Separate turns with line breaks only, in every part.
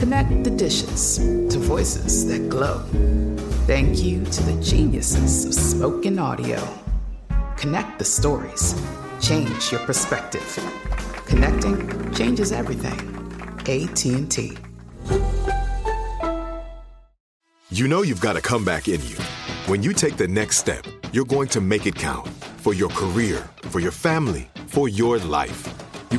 Connect the dishes to voices that glow. Thank you to the geniuses of spoken audio. Connect the stories, change your perspective. Connecting changes everything. AT&T.
You know you've got a comeback in you. When you take the next step, you're going to make it count for your career, for your family, for your life. You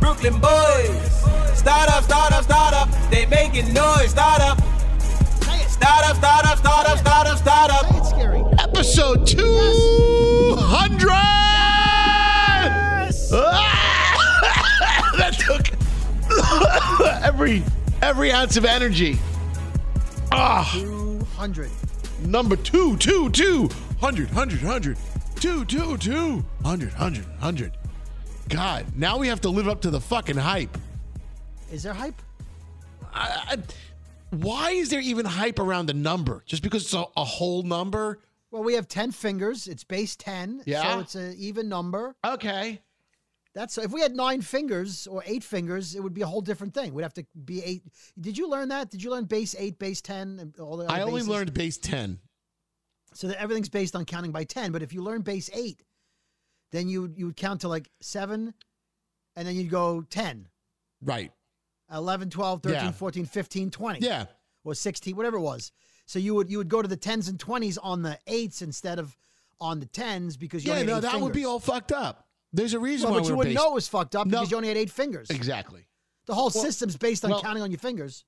Brooklyn boys. Start up, start up, start up. They making noise. Start up. Start up, start up, start up, start up, start up.
Episode 200! Ah! that took every every ounce of energy. Ah,
200.
number two, two, two, hundred, hundred, hundred, two, two, two, hundred, hundred, hundred. God, now we have to live up to the fucking hype.
Is there hype?
I, I, why is there even hype around the number? Just because it's a, a whole number?
Well, we have 10 fingers. It's base 10.
Yeah.
So it's an even number.
Okay.
That's if we had nine fingers or eight fingers, it would be a whole different thing. We'd have to be eight. Did you learn that? Did you learn base eight, base 10? And all the other
I only
bases?
learned base 10.
So that everything's based on counting by 10. But if you learn base eight, then you, would- you would count to like seven and then you'd go 10,
Right.
11, 12, 13,
Yeah.
14, 15, 20.
Yeah.
or 16 whatever it was so you would you would go to the 10s and 20s on the 8s instead of on the 10s because you
Yeah,
only had
no,
eight
that would be
fingers.
all fucked up. There's a reason
well,
why
but you
we're
wouldn't
based-
know it was fucked up
No.
because you only had eight fingers
Exactly.
the whole
Well-
system's based on
well-
counting on your fingers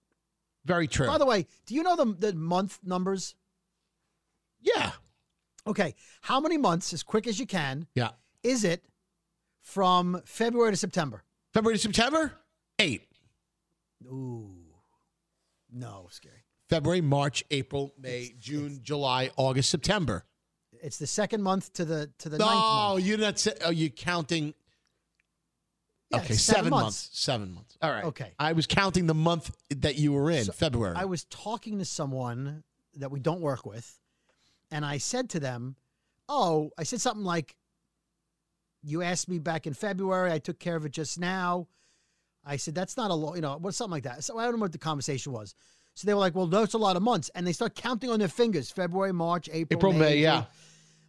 Very true.
by the way do you know the, the month numbers
yeah.
okay how many months as quick as you can
Yeah.
is it from february to september
February to September, eight.
ooh no scary
February, March, April, May, June, July, August, September.
it's the second month to the to the ninth
No,
month
you're not. Say, are you counting?
Yeah,
okay,
it's
seven months. Seven months. All right.
Okay.
I was counting the month that you were in,
So,
February.
I was talking to someone that we don't work with, and I said to them, Oh, I said something like, You asked me back in February, I took care of it just now. I said, That's not a lot, you know, what something like that. So I don't know what the conversation was. So they were like, Well, that's a lot of months. And they start counting on their fingers February, March, April,
April, May,
June.
yeah.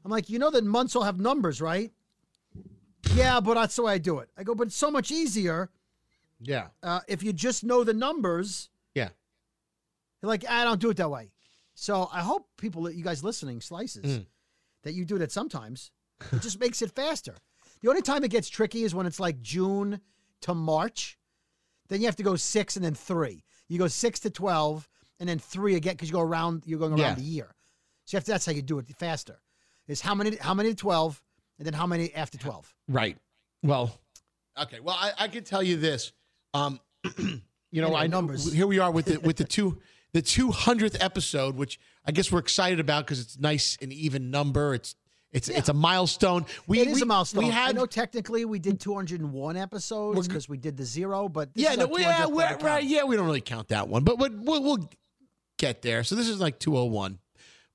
I'm like, You know that months all have numbers, right? yeah, but that's the way I do it. I go, But it's so much easier
yeah.
uh, if you just know the numbers.
Yeah.
They're like, I don't do it that way. So I hope people, you guys listening, slices,
Mm.
that you do that sometimes. It just makes it faster. The only time it gets tricky is when it's like June to March. Then you have to go six and then three. You go six to 12, and then three again because you go around. You're going around
Yeah.
the year. So after that's how you do it faster. Is how many how many to twelve, and then how many after twelve.
Right. Well, okay. Well, I, I can tell you this. Um, you know,
Anyway,
I know
numbers.
here we are with the with the two the two hundredth episode, which I guess we're excited about because it's nice and even number. It's it's it's a milestone. We,
It is
we-
a milestone.
We
I
had
know technically we did 201 episodes
We're-
because we did the zero, but this
yeah,
is
no,
our
we- yeah,
200th public
we're- right,
comment.
yeah. We don't really count that one, but but we'll, we'll get there. So this is like two hundred one.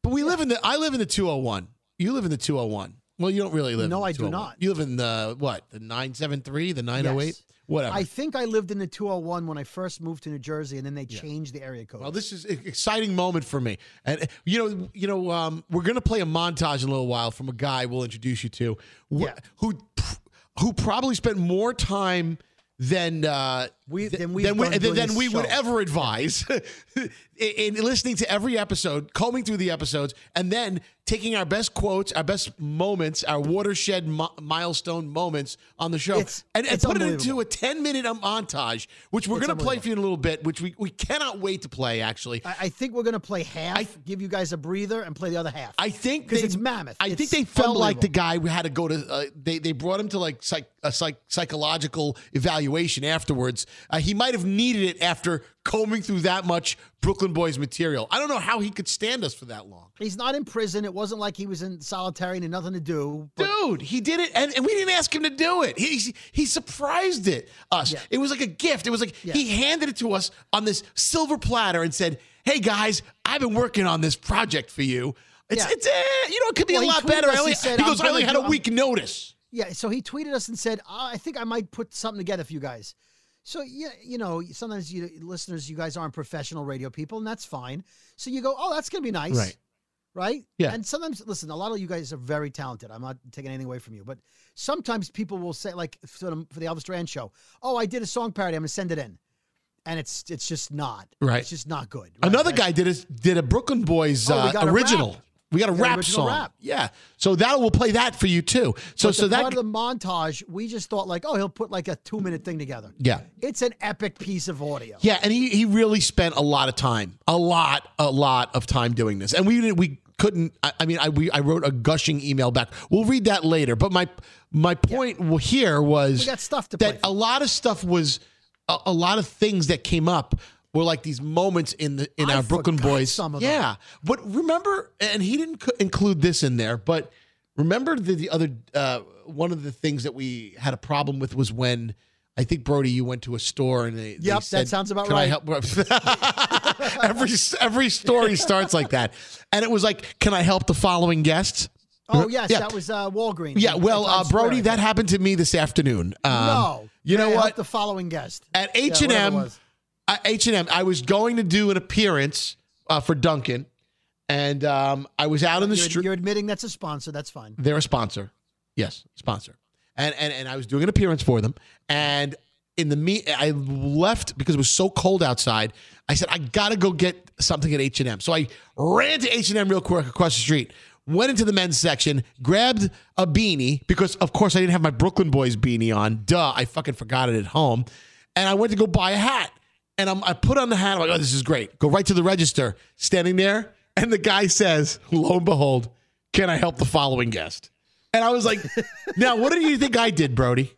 But we live in the. I live in the two hundred one. You live in the two hundred one. Well, you don't really live.
No,
in the
I do
201.
not.
You live in the what? The nine seven three, the nine zero eight,
Yes.
whatever.
I think I lived in the 201 when I first moved to New Jersey, and then they changed the area code.
Well, this is an exciting moment for me, and uh, you know, you know, um, we're gonna play a montage in a little while from a guy we'll introduce you to, wh-
Yeah.
who pr- who probably spent more time than uh,
We-
th-
than we've
we,
done
than,
doing
than
this
we would
show.
ever advise in, in listening to every episode, combing through the episodes, and then taking our best quotes, our best moments, our watershed mi- milestone moments on the show,
It's-
and, and
it's
put it into
unbelievable.
a ten minute montage, which we're
It's
gonna play
unbelievable.
for you in a little bit, which we, we cannot wait to play actually.
I, I think we're going to play half, give you guys a breather, and play the other half.
I think
because
they-
it's mammoth.
I think
It's
they felt like the
unbelievable.
guy we had to go to. Uh, they they brought him to like psych, a psych, psychological evaluation afterwards. Uh, he might have needed it after combing through that much Brooklyn Boys material. I don't know how he could stand us for that long,
He's not in prison. It wasn't like he was in solitary and had nothing to do. But
dude. He did it, and, and we didn't ask him to do it. He he surprised it us.
Yeah.
It was like a gift. It was like
Yeah.
he handed it to us on this silver platter and said, "Hey guys, I've been working on this project for you." It's,
Yeah.
it's eh, you know it could be
Well,
a
he
lot
tweeted
better. I
us, he
only,
said,
he
"I'm
goes, I
gonna
only had
do-
a
I'm-
week notice.
yeah, so he tweeted us and said, "Uh, "I think I might put something together for you guys." So yeah, you know, sometimes you listeners, you guys aren't professional radio people, and that's fine. So you go, "Oh, that's going to be nice."
Right.
right?
Yeah.
And sometimes, listen, a lot of you guys are very talented. I'm not taking anything away from you, but sometimes people will say, like for the, for the Elvis Duran show, "Oh, I did a song parody. I'm gonna send it in," and it's it's just not
Right.
It's just not good. right?
Another
That's-
guy did a did a Brooklyn Boys
Oh, we
uh,
got a
original.
rap.
We got a
We got an
rap
original
song.
rap.
Yeah. So that we'll play that for you too. So
But
so
the
that
part of the montage, we just thought like, oh, he'll put like a two minute thing together.
Yeah.
It's an epic piece of audio.
yeah, and he he really spent a lot of time, a lot a lot of time doing this, and we didn't we couldn't. I, I mean, I we I wrote a gushing email back. We'll read that later. But my my point w here was
We got stuff to play for.
that a lot of stuff was a, a lot of things that came up were like these moments in the in
I
our Brooklyn
forgot
Boys.
some of them.
yeah, but remember, and he didn't co- include this in there, but remember the, the other uh, one of the things that we had a problem with was when. I think Brody, you went to a store and they. they
Yep, that
said,
sounds about
"Can
right."
I help?" every every story starts like that, and it was like, "Can I help the following guests?"
Oh yes,
Yeah.
that was uh, Walgreens.
Yeah,
in-
well,
in Times
uh,
Square,
Brody,
I
that
think.
happened to me this afternoon. Um,
no.
you know
May I help
what?
The following guest
at
Yeah,
H
whatever
and
it
M,
was.
H and M. I was going to do an appearance uh, for Duncan, and um, I was out in the
You're-
street.
You're admitting that's a sponsor. That's fine.
They're a sponsor. Yes, sponsor. And and and I was doing an appearance for them. And in the meet, I left because it was so cold outside. I said I gotta go get something at H and M. So I ran to H and M real quick across the street. Went into the men's section, grabbed a beanie because, of course, I didn't have my Brooklyn Boys beanie on. Duh, I fucking forgot it at home. And I went to go buy a hat. And I'm, I put on the hat. I'm like, oh, this is great. Go right to the register. Standing there, and the guy says, lo and behold, can I help the following guest? And I was like, now what do you think I did, Brody?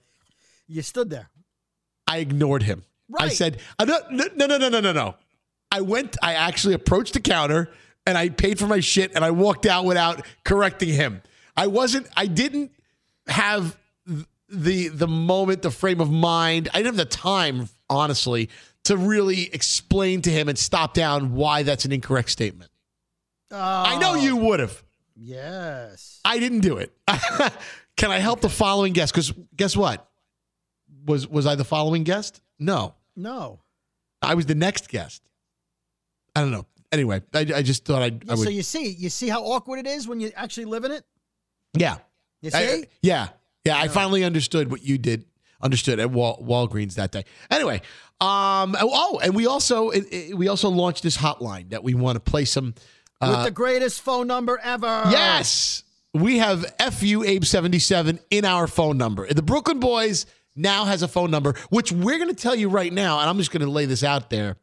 You stood there.
I ignored him. I
Right.
said, "I don't- no, no, no, no, no, no, no. I went, I actually approached the counter and I paid for my shit and I walked out without correcting him. I wasn't, I didn't have th- the the moment, the frame of mind. I didn't have the time, honestly, to really explain to him and stop down why that's an incorrect statement. I know you would have.
Um, Yes.
I didn't do it. Can I help the following guest? Because guess what? Was was I the following guest? No,
No.
I was the next guest. I don't know. Anyway, I, I just thought I'd, I
so
would.
you see, you see how awkward it is when you actually live in it.
yeah.
You see,
I- I- yeah. Yeah. I finally understood what you did. Understood at Wal, Walgreens that day. Anyway, um. Oh, oh, and we also it, it- we also launched this hotline that we want to play some. uh,
with the greatest phone number ever.
Yes. We have FU Abe 77 in our phone number. The Brooklyn Boys now has a phone number, which we're going to tell you right now, and I'm just going to lay this out there,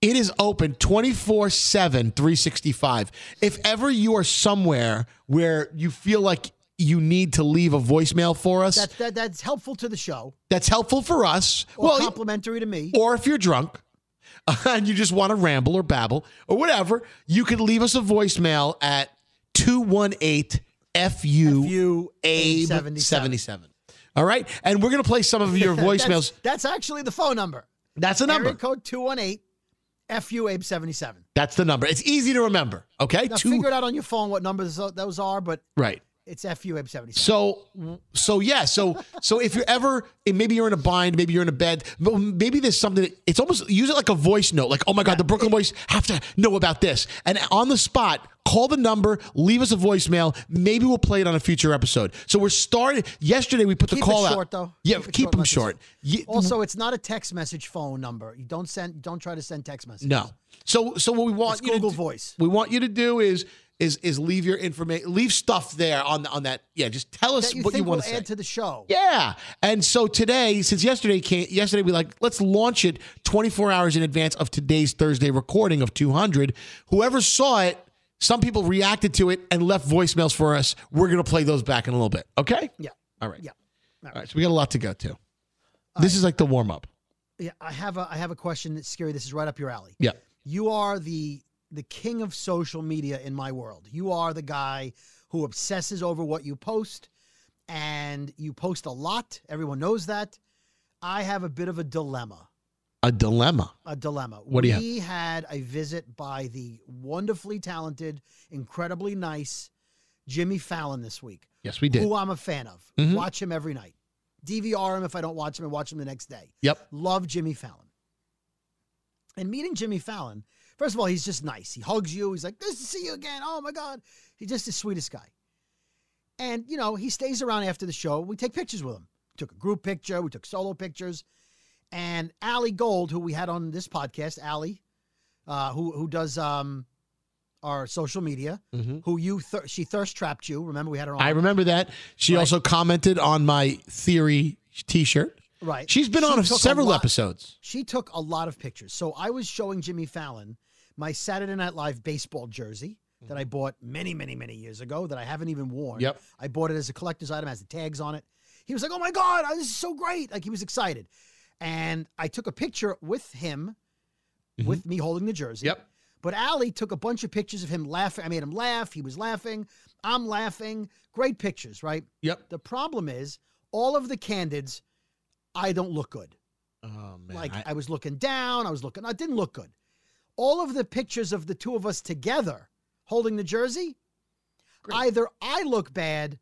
It is open 24 7, 365. If ever you are somewhere where you feel like you need to leave a voicemail for us,
That, that that's helpful to the show
that's helpful for us.
or
well,
complimentary to me.
or if you're drunk and you just want to ramble or babble or whatever, you can leave us a voicemail at 218 FU
FU
Abe
77.
77. All right. And we're going to play some of your voicemails.
That's, that's actually the phone number.
That's the
Area
number.
code 218 FU Abe 77.
That's the number. It's easy to remember. Okay.
Now,
Two.
figure it out on your phone what numbers tho- those are, but
Right.
it's FU Abe 77.
So, so yeah, so so if you're ever, and maybe you're in a bind, maybe you're in a bed, but maybe there's something. That, it's almost use it like a voice note, like oh my god, the Brooklyn Boys have to know about this, and on the spot, call the number, leave us a voicemail. Maybe we'll play it on a future episode. So we're starting. Yesterday we put
Keep
the call
it
out.
short, though.
Yeah,
it
keep, them
like this.
short. Ye-
Also, it's not a text message phone number. You don't send. Don't try to send text messages.
No. So so what we want
It's
you
Google
to do,
Voice.
We want you to do is is is leave your information, leave stuff there on the, on that. Yeah, just tell us
that you
what
think
you want
will
to say.
add to the show.
Yeah. And so today, since yesterday came, yesterday we like let's launch it 24 hours in advance of today's Thursday recording of 200. Whoever saw it, some people reacted to it and left voicemails for us. We're gonna play those back in a little bit. Okay.
Yeah.
All right.
Yeah.
All right. So we got a lot to go to. this is like the warm up.
Yeah, I have a I have a question that's scary. This is right up your alley.
Yeah.
You are the the king of social media in my world. You are the guy who obsesses over what you post and you post a lot. Everyone knows that. I have a bit of a dilemma.
A dilemma.
A dilemma.
What do you have?
We had a visit by the wonderfully talented, incredibly nice Jimmy Fallon this week.
Yes, we did.
who I'm a fan of.
Mhm.
Watch him every night. DVR him if I don't watch him and watch him the next day.
Yep.
Love Jimmy Fallon. And meeting Jimmy Fallon, first of all, he's just nice. He hugs you. He's like, nice to see you again. Oh my God. He's just the sweetest guy. And, you know, he stays around after the show. We take pictures with him. Took a group picture, we took solo pictures. And Allie Gold, who we had on this podcast, Allie, uh, who who does um our social media,
Mhm.
who you thir- she thirst trapped you. Remember we had her on.
I remember that. She
Right.
also commented on my theory t shirt.
Right.
She's been
She
on
took a
several
lot-
episodes.
She took a lot of pictures. So I was showing Jimmy Fallon my Saturday Night Live baseball jersey that I bought many, many, many years ago that I haven't even worn.
Mm-hmm. Yep.
I bought it as a collector's item, has the tags on it. He was like, oh my God, oh, this is so great. Like he was excited. And I took a picture with him, with me holding the jersey.
Mm-hmm. Yep.
But Allie took a bunch of pictures of him laughing. I made him laugh. He was laughing. I'm laughing. Great pictures, right?
Yep.
The problem is, all of the candids, I don't look good.
Oh man.
Like
I-
I, was looking down, I was looking, I didn't look good. All of the pictures of the two of us together holding the jersey, either I look bad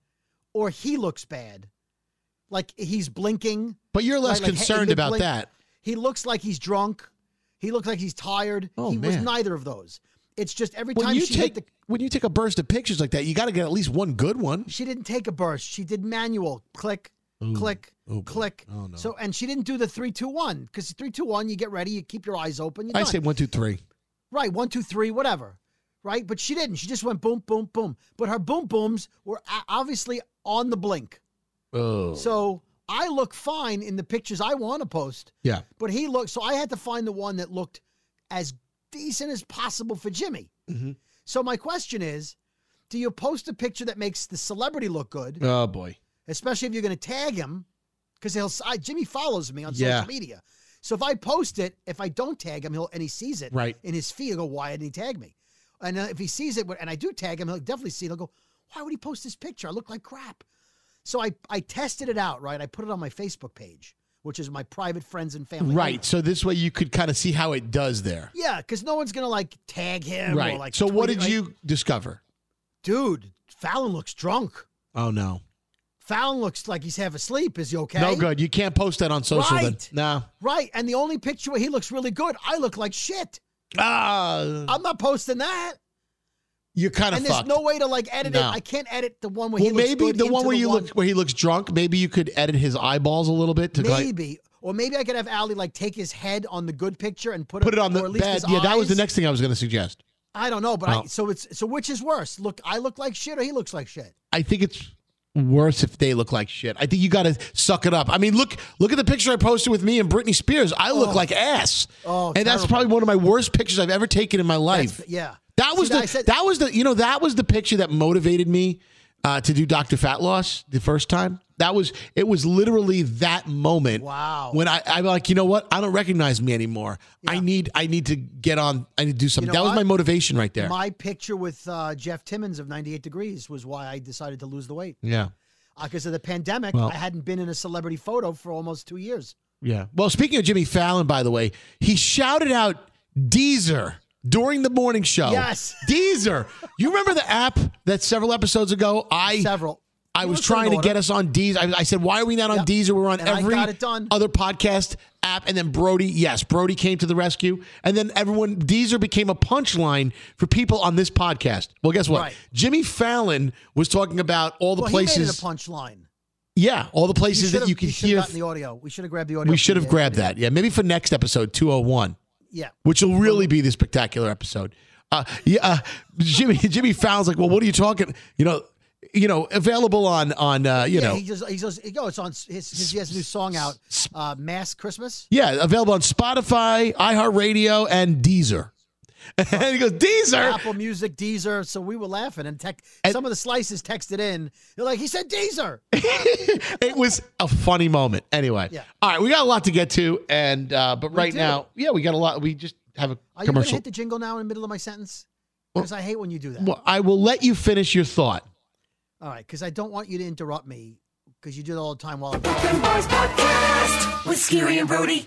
or he looks bad. Like he's blinking.
But you're less
Right, like, hey,
concerned
mid-
about
blink-
that.
He looks like he's drunk. He looks like he's tired.
Oh,
he was
man.
neither of those. It's just every
When
time
you
she hit
take
the
when you take a burst of pictures like that, you got to get at least one good one.
she didn't take a burst. She did manual click, click,
Oh, boy.
click.
Oh, no.
So and she didn't do the three, two, one, because three, two, one, you get ready, you keep your eyes open. You're
I
done.
say one, two, three.
Right, one, two, three, whatever. Right, but she didn't. She just went boom, boom, boom. But her boom booms were o- obviously on the blink.
Oh,
So I look fine in the pictures I want to post,
yeah.
but he looked. So I had to find the one that looked as decent as possible for Jimmy.
Mhm.
So my question is, do you post a picture that makes the celebrity look good,
Uh,
Oh boy.
especially if you're going to tag him? Because he'll I, Jimmy follows me on
Yeah.
social media. So if I post it, if I don't tag him, he'll and he sees it
Right.
in his feed. He'll go, why didn't he tag me? And uh, if he sees it, and I do tag him, he'll definitely see it. He'll go, why would he post this picture? I look like crap. So I, I tested it out, right? I put it on my Facebook page, which is my private friends and family.
Right. So this way you could kind of see how it does there.
Yeah, because no one's going to like tag him. Or,
right.
like,
so what
tweet
did
it, like,
you discover?
Dude, Fallon looks drunk.
Oh no.
Fallon looks like he's half asleep. Is he okay?
No good. You can't post that on social.
Right.
Then. No.
Right. And the only picture where he looks really good, I look like shit.
Ah.
I'm not posting that.
you're kind of
and there's
fucked.
no way to like edit
No.
it. I can't edit the one where
well,
he looks
maybe
good
the
into
one where you
one-
look where he looks drunk. Maybe you could edit his eyeballs a little bit to like,
maybe, or maybe I could have Ali like take his head on the good picture and put,
put it on
or
the
at least
bed.
his
Yeah, that was the
eyes.
next thing I was going to suggest.
I don't know, but
Oh.
I so it's so which is worse? Look, I look like shit, or he looks like shit.
I think it's worse if they look like shit. I think you got to suck it up. I mean, look look at the picture I posted with me and Britney Spears. I look like ass.
Oh,
and that's
terrible.
probably one of my worst pictures I've ever taken in my life.
yeah.
That was
See, I
the
said-
that was the you know that was the picture that motivated me uh, to do Dr. Fat Loss the first time. That was it was literally that moment.
Wow.
When I I'm like, you know what? I don't recognize me anymore. I need I need to get on. I need to do something.
know
that was
what?
my motivation right there.
My picture with uh, Jeff Timmons of 98 Degrees was why I decided to lose the weight.
yeah.
Because Uh, of the pandemic,
Well-
I hadn't been in a celebrity photo for almost two years.
Yeah. Well, speaking of Jimmy Fallon, by the way, he shouted out Deezer during the morning show.
Yes.
Deezer. You remember the app that several episodes ago I
Several.
I
You
was
were
trying to
saying
get us on Deezer. I, I said, why are we not on
Yep.
Deezer? We're on
And I
every
got it done.
other podcast app. And then Brody, yes, Brody came to the rescue. And then everyone, Deezer became a punchline for people on this podcast. Well, guess what?
Right.
Jimmy Fallon was talking about all the
well,
places.
he made it a punchline.
Yeah, all the
We
places
should've-
that you can
we should've
hear.
gotten the audio. We should have grabbed the audio. from
we should have
the-
grabbed that. Yeah, maybe for next episode, 201
Yeah.
which will really be the spectacular episode. Uh, yeah, uh, Jimmy Jimmy Fallon's like, well, what are you talking? You know, you know, available on on uh, you
yeah,
know,
he just he goes, he goes on his, his he has a new song out, uh, Mass Christmas.
yeah, available on Spotify, iHeartRadio, and Deezer. And he goes, Deezer.
Apple Music, Deezer. So we were laughing, and, tech, some of the slices texted in. They're like, he said Deezer.
it was a funny moment. Anyway,
Yeah.
all right, we got a lot to get to, and uh, but right
do.
now, yeah, we got a lot. We just have a
Are you going to
commercial.
hit the jingle now in the middle of my sentence? Because I hate when you do that.
well, I will let you finish your thought.
All right, because I don't want you to interrupt me because you do it all the time while I'm
Brooklyn Boys Podcast with Scary and Brody.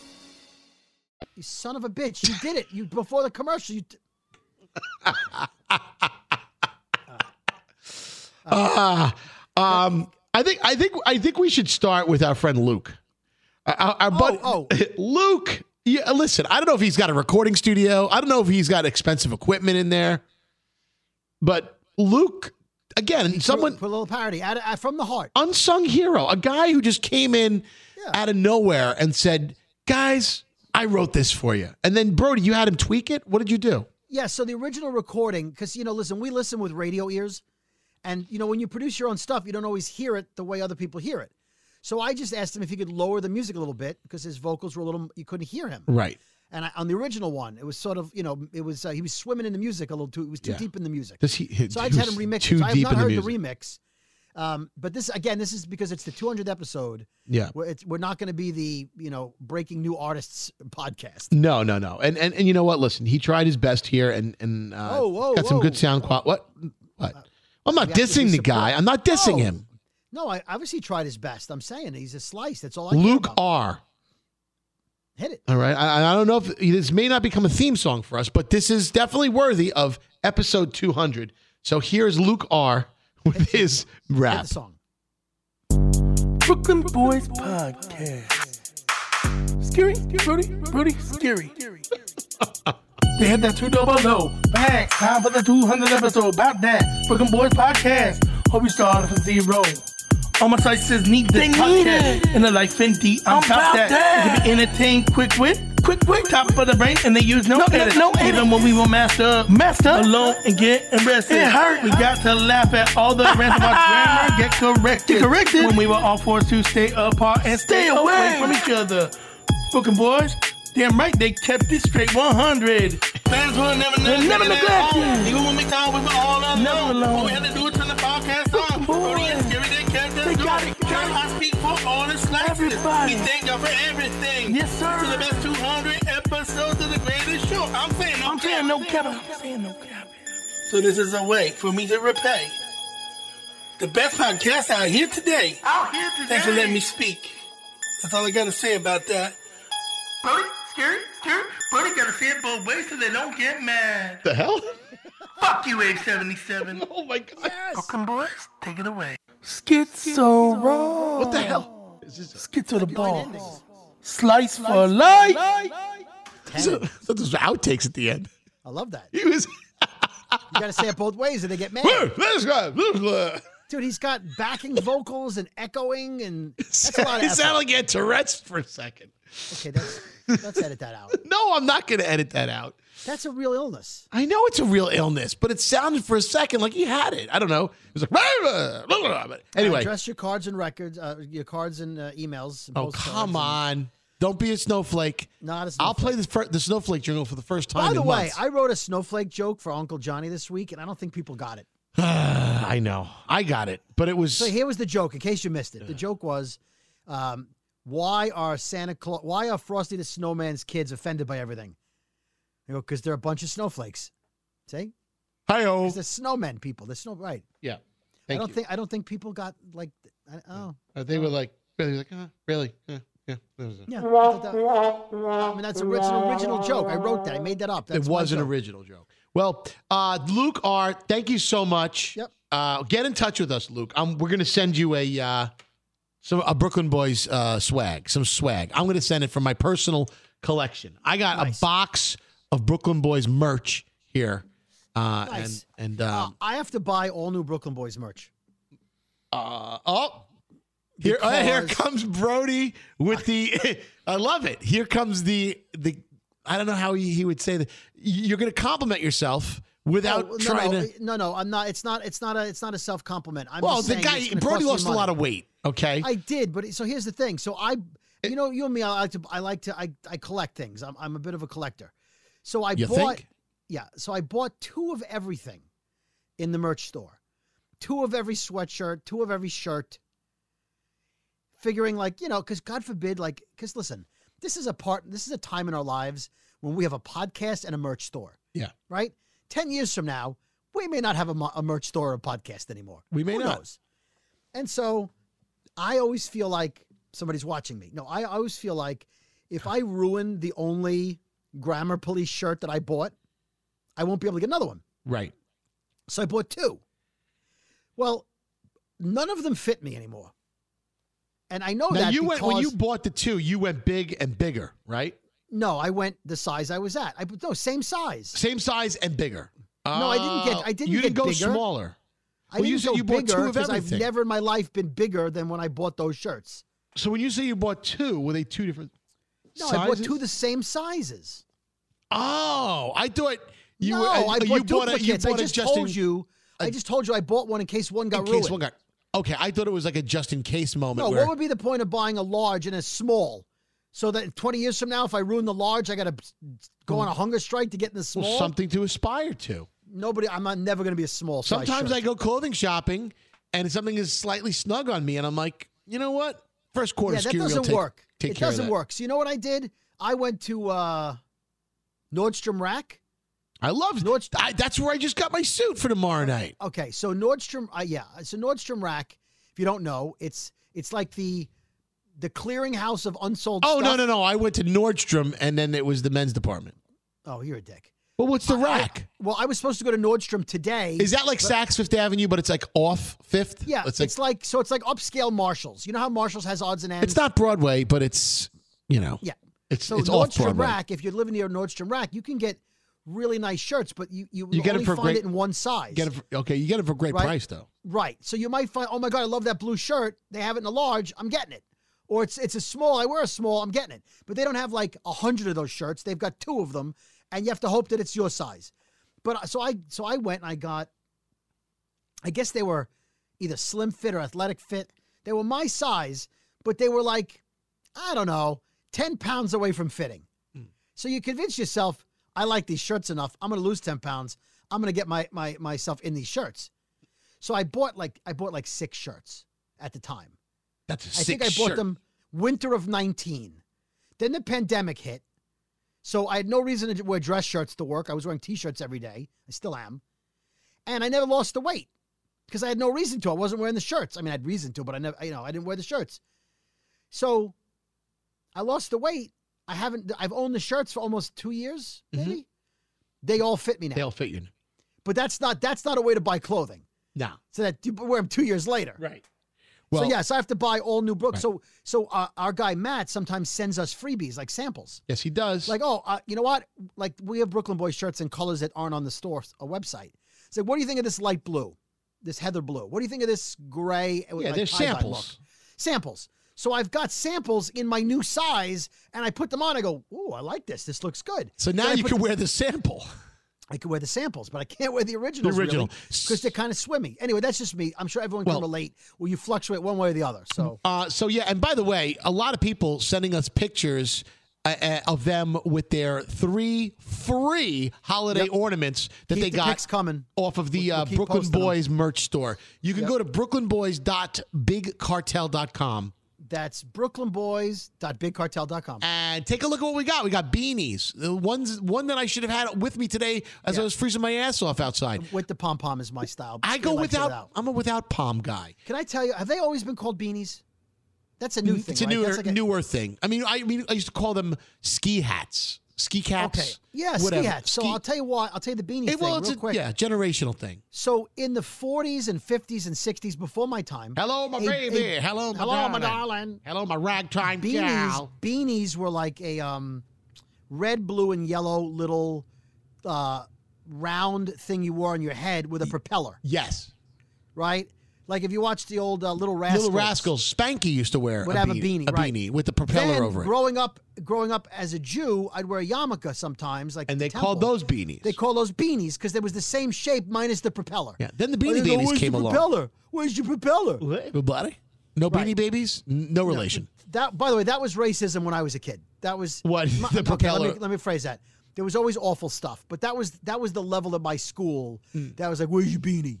You son of a bitch! You did it. You before the commercial. You. T-
Ah, um, I think I think I think we should start with our friend Luke. Our, our- our bud,
oh.
Luke. Yeah, listen, I don't know if he's got a recording studio. I don't know if he's got expensive equipment in there, but Luke, again, someone
put a little parody out, out from the heart.
unsung hero, a guy who just came in
Yeah.
out of nowhere and said, "Guys, I wrote this for you." And then Brody, you had him tweak it. What did you do?
Yeah. So the original recording, because you know, listen, we listen with radio ears, And you know, when you produce your own stuff, you don't always hear it the way other people hear it. So I just asked him if he could lower the music a little bit because his vocals were a little you couldn't hear him.
Right.
And I, on the original one, it was sort of you know it was uh, he was swimming in the music a little too. It was too
Yeah.
deep in the music.
Does he-
so I just had him
he
remix. it.
was too
so I have
deep
not
in the
heard the
music.
remix. Um, but this again, this is because it's the 200th episode.
Yeah.
We're, it's, we're not going to be the you know breaking new artists podcast.
No, no, no. And and and you know what? Listen, he tried his best here, and and uh,
Whoa, whoa,
got some
whoa. Uh,
good sound quality. What? What? I'm not
we have to
dissing
be
the guy.
supportive.
I'm not dissing
Oh,
him.
No, I obviously he tried his best. I'm saying he's a slice. That's all I care
Luke
about.
R.
hit it.
All right. I, I don't know if this may not become a theme song for us, but this is definitely worthy of episode 200. So here's Luke R. with his
Hit
rap.
the song.
Brooklyn Boys Podcast. Scary, Rudy, Rudy, Scary. They hit that 200, back, time for the 200 episode, about that. Brooklyn Boys Podcast. Hope you started from zero. All my slices need this podcast. And the life Fenty, I'm, top that. You can be entertained quick wit, quick wit, top of the brain, and they use no, edit. Even when we were master up, master alone and get arrested. It hurt. We got to laugh at all the rants about grammar, get corrected. corrected. When we were all forced to stay apart and stay, away from each other. Booking boys, damn right they kept it straight 100. Fans will never, never, never neglect you. Even when we thought we were all alone, never alone. all we had to do was turn the podcast on. Brody and Scary, they kept us going. Got it, got it. I speak for all the slices. Everybody. We thank y'all for everything. Yes, sir. To the best 200 episodes of the greatest show. I'm saying no I'm saying no cap. I'm saying no cap. So this is a way for me to repay the best podcast out here today. Out here today. Thanks for letting me speak. That's all I gotta say about that. Brody, scary, scary. Brody gotta say it both ways so they don't get mad.
the hell?
Fuck you, Age 77.
Oh my God.
Broken boys, take it away. Schizo wrong.
What the hell? Is this,
Schizo the ball. Slice for life.
is it- I thought those were outtakes at the end.
I love that. You
He was.
got to say it both ways, or they get mad.
Let's go.
Dude, he's got backing vocals and echoing, and that's a lot of
It sounded
effort.
like he had Tourette's for a second.
okay, that's, let's edit that out.
No, I'm not going to edit that out.
That's a real illness.
I know it's a real illness, but it sounded for a second like he had it. I don't know. It was like, blah, blah, blah, blah. but anyway.
address your cards and records, uh, your cards and uh, emails. and
Oh,
postcards
come
and-
on. Don't be a snowflake.
Not a
I'll
snowflake.
play the, fir- the snowflake jingle for the first time.
By
in
the way,
months.
I wrote a snowflake joke for Uncle Johnny this week, and I don't think people got it.
I know. I got it. But it was.
So here was the joke, in case you missed it. The joke was, um, why are Santa Claus, why are Frosty the Snowman's kids offended by everything? I go, because they're a bunch of snowflakes. See,
Hi-oh.
because they're snowmen people. They're snow right.
Yeah.
I
Thank
don't
you.
think I don't think people got like th- I, oh
Uh, they were like, really, like, uh, really? Uh, yeah. That was it.
yeah. I, thought that- I mean that's a, it's an original joke. I wrote that. I made that up. That's
it
my
was an
joke.
original joke. Well, uh, Luke R, thank you so much.
Yep.
Uh, get in touch with us, Luke. Um, we're gonna send you a uh, some a Brooklyn Boys uh, swag, some swag. I'm gonna send it from my personal collection. I got
Nice.
a box of Brooklyn Boys merch here, uh,
Nice.
and and
Uh,
um,
I have to buy all new Brooklyn Boys merch.
uh, oh. Here, oh, here
Because-
comes Brody with the. I love it. Here comes the the. I don't know how he, he would say that. You're going to compliment yourself without
Oh, no,
trying
no,
to.
no, no, I'm not. It's not. It's not a. It's not a self compliment. I'm
Well,
just
the
saying
guy
it's gonna cost
Brody
me
lost a
money.
lot of weight. Okay,
I did, but so here's the thing. So I, you know, you and me, I like to, I like to, I, I collect things. I'm, I'm a bit of a collector. So I
You
bought,
think?
yeah. So I bought two of everything in the merch store, two of every sweatshirt, two of every shirt. Figuring like you know, because God forbid, like, because listen, this is a part, this is a time in our lives when we have a podcast and a merch store,
yeah,
right? Ten years from now, we may not have a, mo- a merch store or a podcast anymore.
we may
Who
not.
knows? And so I always feel like somebody's watching me. No, I always feel like if I ruin the only grammar police shirt that I bought, I won't be able to get another one.
Right.
So I bought two. Well, none of them fit me anymore. And I know
now
that
you
because
went when you bought the two. You went big and bigger, right?
no, I went the size I was at. I no same size.
Same size and bigger.
No, I didn't get-
Oh,
I didn't
You didn't
get
go
bigger.
smaller.
I
Well,
didn't
you said
go
you bought two
bigger
of
'cause I've
everything.
never in my life been bigger than when I bought those shirts.
So when you say you bought two, were they two different?
No, I bought
sizes?
two the same sizes.
Oh, I thought you
no,
were.
I
you
bought
bought a, you
duplicates.
bought
I
a
just
Justin,
told you I just told you I bought one in case one got
in
ruined.
case one got. Okay, I thought it was like a just in case moment.
no,
where,
what would be the point of buying a large and a small? So that 20 years from now, if I ruin the large, I got to go on a hunger strike to get in the small.
well, something to aspire to.
Nobody, I'm not, never going to be a small. size
Sometimes
shirt.
I go clothing shopping and something is slightly snug on me, and I'm like, you know what? First quarter
yeah, that
skew reel,
doesn't
take-
work.
Take
it
care of
doesn't
that.
work. So you know what I did? I went to uh, Nordstrom Rack.
I love
Nordst-
I, that's where I just got my suit for tomorrow night.
Okay, so Nordstrom, uh, yeah, so Nordstrom Rack. If you don't know, it's it's like the the clearinghouse of unsold.
Oh no
stuff.
no no! I went to Nordstrom and then it was the men's department.
Oh, you're a dick.
Well, what's the rack?
Well, I was supposed to go to Nordstrom today.
Is that like Saks Fifth Avenue, but it's like off Fifth?
yeah,
it's
it's
like
like,
it's,
so it's like upscale Marshalls. You know how Marshalls has odds and ends.
not Broadway, but it's you know
Yeah.
it's
so
it's off
Nordstrom
Broadway.
Rack. If you're living near Nordstrom Rack, you can get really nice shirts, but you you,
You get 'em
only
for
find
great-
it in one size.
Get it for, okay, you get it for a great
Right.
price though.
Right. So you might find, oh my God, I love that blue shirt. They have it in a large. I'm getting it. Or it's it's a small. I wear a small. I'm getting it. But they don't have like a hundred of those shirts. They've got two of them, and you have to hope that it's your size. But uh, so I so I went and I got. I guess they were either slim fit or athletic fit. They were my size, but they were like, I don't know, ten pounds away from fitting.
Hmm.
So you convince yourself, I like these shirts enough. I'm going to lose ten pounds. I'm going to get my, my myself in these shirts. So I bought like I bought like six shirts at the time.
That's a
I think I bought them winter of 19. Then the pandemic hit. So I had no reason to wear dress shirts to work. I was wearing t-shirts every day. I still am. And I never lost the weight because I had no reason to. I wasn't wearing the shirts. I mean, I had reason to, but I never, you know, I didn't wear the shirts. So I lost the weight. I haven't I've owned the shirts for almost 2 years, maybe. They all fit me now.
They'll fit you.
but that's not that's not a way to buy clothing.
No,
So that you wear them 2 years later
right. Well,
so yes, I have to buy all new books.
Right.
So so uh, our guy Matt sometimes sends us freebies like samples.
yes, he does.
Like oh, uh, you know what? Like we have Brooklyn Boys shirts in colors that aren't on the store a website. It's like, what do you think of this light blue? This heather blue. What do you think of this gray? with,
yeah,
like,
there's
tie-dye look?
samples.
Samples. So I've got samples in my new size, and I put them on. I go, ooh, I like this. This looks good.
So
Then
now
I
you
put
can wear the sample.
I could wear the samples, but I can't wear the originals. The
original.
because they're kind of swimmy. Anyway, that's just me. I'm sure everyone
Well-
can relate. Where you fluctuate one way or the other. So
Uh, so yeah, and by the way, a lot of people sending us pictures uh, uh, of them with their three free holiday ornaments that
Keep
they
the
got
pics coming.
off of the
We'll-
uh,
we'll keep
Brooklyn
posting 'em.
Boys merch store. You can go to brooklynboys.bigcartel.com
That's brooklynboys.bigcartel.com.
and take a look at what we got. We got beanies. The ones one that I should have had with me today as I was freezing my ass off outside.
With the pom pom is my style.
I go
Still, like,
without.
it out.
I'm a without palm guy.
Can I tell you? Have they always been called beanies? That's a new thing.
It's a
right?
newer
That's like a-
newer thing. I mean, I mean, I used to call them ski hats, ski caps.
Okay. Yeah, ski
whatever.
hats. So
Ski-
I'll tell you why. I'll tell you the beanie
Eh, well,
thing
it's
real
a,
quick.
yeah, generational thing.
So in the 40s and 50s and 60s, before my time,
Hello, my
a-
baby.
a-
hello, my
hello,
darling.
my darling.
Hello, my ragtime
Beanies,
gal.
beanies were like a um, red, blue, and yellow little uh, round thing you wore on your head with a propeller,
Yes,
right? Like if you watch the old uh, Little Rascals.
little rascals. Spanky used to wear
Would
a
have a
beanie,
beanie, right.
beanie with the propeller
Then,
over it,
Growing up, growing up as a Jew, I'd wear a yarmulke sometimes, like
and
the
they called
temple.
those beanies.
They call those beanies because there was the same shape minus the propeller.
Yeah, then the
Or
beanie
they'd go,
babies
"Where's
came
your
along."
Propeller? Where's your propeller?
Everybody? No beanie babies, N- no relation.
That, by the way, that was racism when I was a kid. That was
What,
my-
the
Okay,
propeller?
let me, let me phrase that. There was always awful stuff, but that was that was the level of my school.
Mm.
That was like, where's your beanie?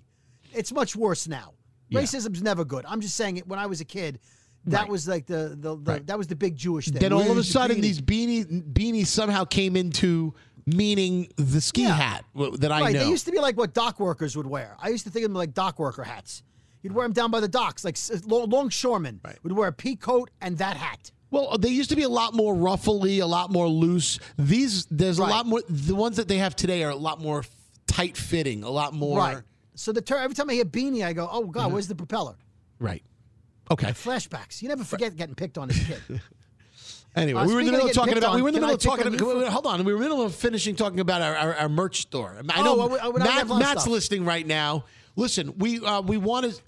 It's much worse now. Racism's never good. I'm just saying it. When I was a kid, that was like the the, the
Right.
that was the big Jewish thing.
Then all of a
"Where's your
sudden,
beanie?"
these beanie beanies somehow came into meaning the ski
Yeah.
hat w- that I
right.
know.
They used to be like what dock workers would wear. I used to think of them like dock worker hats. You'd wear them down by the docks, like s- lo- longshoremen
Right.
would wear a pea coat and that hat.
Well, uh, they used to be a lot more ruffly, a lot more loose. These there's
Right.
a lot more. The ones that they have today are a lot more tight fitting, a lot more.
right. So the ter- every time I hear beanie, I go, oh god, where's the propeller?
Uh-huh. Right. Okay.
Flashbacks. You never forget getting picked on as a kid.
Anyway,
Uh,
we were in the
speaking
middle
of
of talking
getting
about.
picked
We were in the
on,
middle of
can I pick
talking.
on
About,
you for-
wait, hold on. We were in the middle of finishing talking about our, our, our merch store. I
Oh,
know
well, we- oh, we don't
Matt,
have a lot of
Matt's
stuff.
listening right now. Listen, we uh, we want to.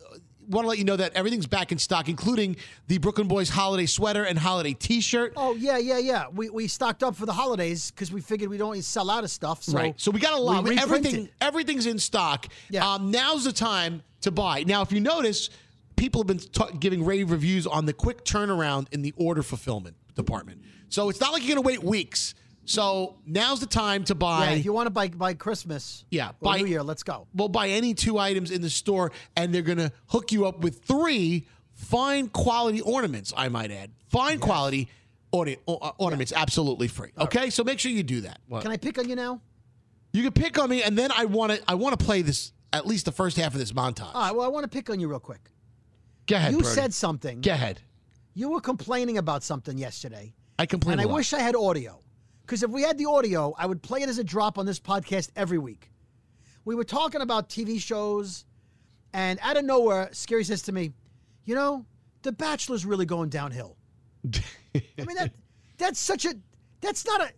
want to let you know that everything's back in stock, including the Brooklyn Boys holiday sweater and holiday T-shirt.
Oh yeah, yeah, yeah. We we stocked up for the holidays because we figured we'd only sell out of stuff. So
right. So we got a lot.
we reprinted.
everything everything's in stock.
Yeah.
Um, now's the time to buy. Now, if you notice, people have been ta- giving rave reviews on the quick turnaround in the order fulfillment department. So it's not like you're going to wait weeks. So now's the time to buy.
Yeah, if you want to buy by Christmas,
Yeah,
or
buy-
New Year, let's go.
will buy any two items in the store and they're going to hook you up with three fine quality ornaments, I might add. Fine quality orna- o- uh, ornaments, absolutely free. Okay? So make sure you do that.
Can I pick on you now?
you can pick on me and then I want to I want to play this at least the first half of this montage.
All right. Well, I want to pick on you real quick.
Go ahead.
you
Brody.
said something.
Go ahead.
You were complaining about something yesterday,
I complain
and I
a lot.
wish I had audio. Because if we had the audio, I would play it as a drop on this podcast every week. We were talking about TV shows, and out of nowhere, Scary says to me, "You know, The Bachelor's really going downhill." I mean that that's such a that's not a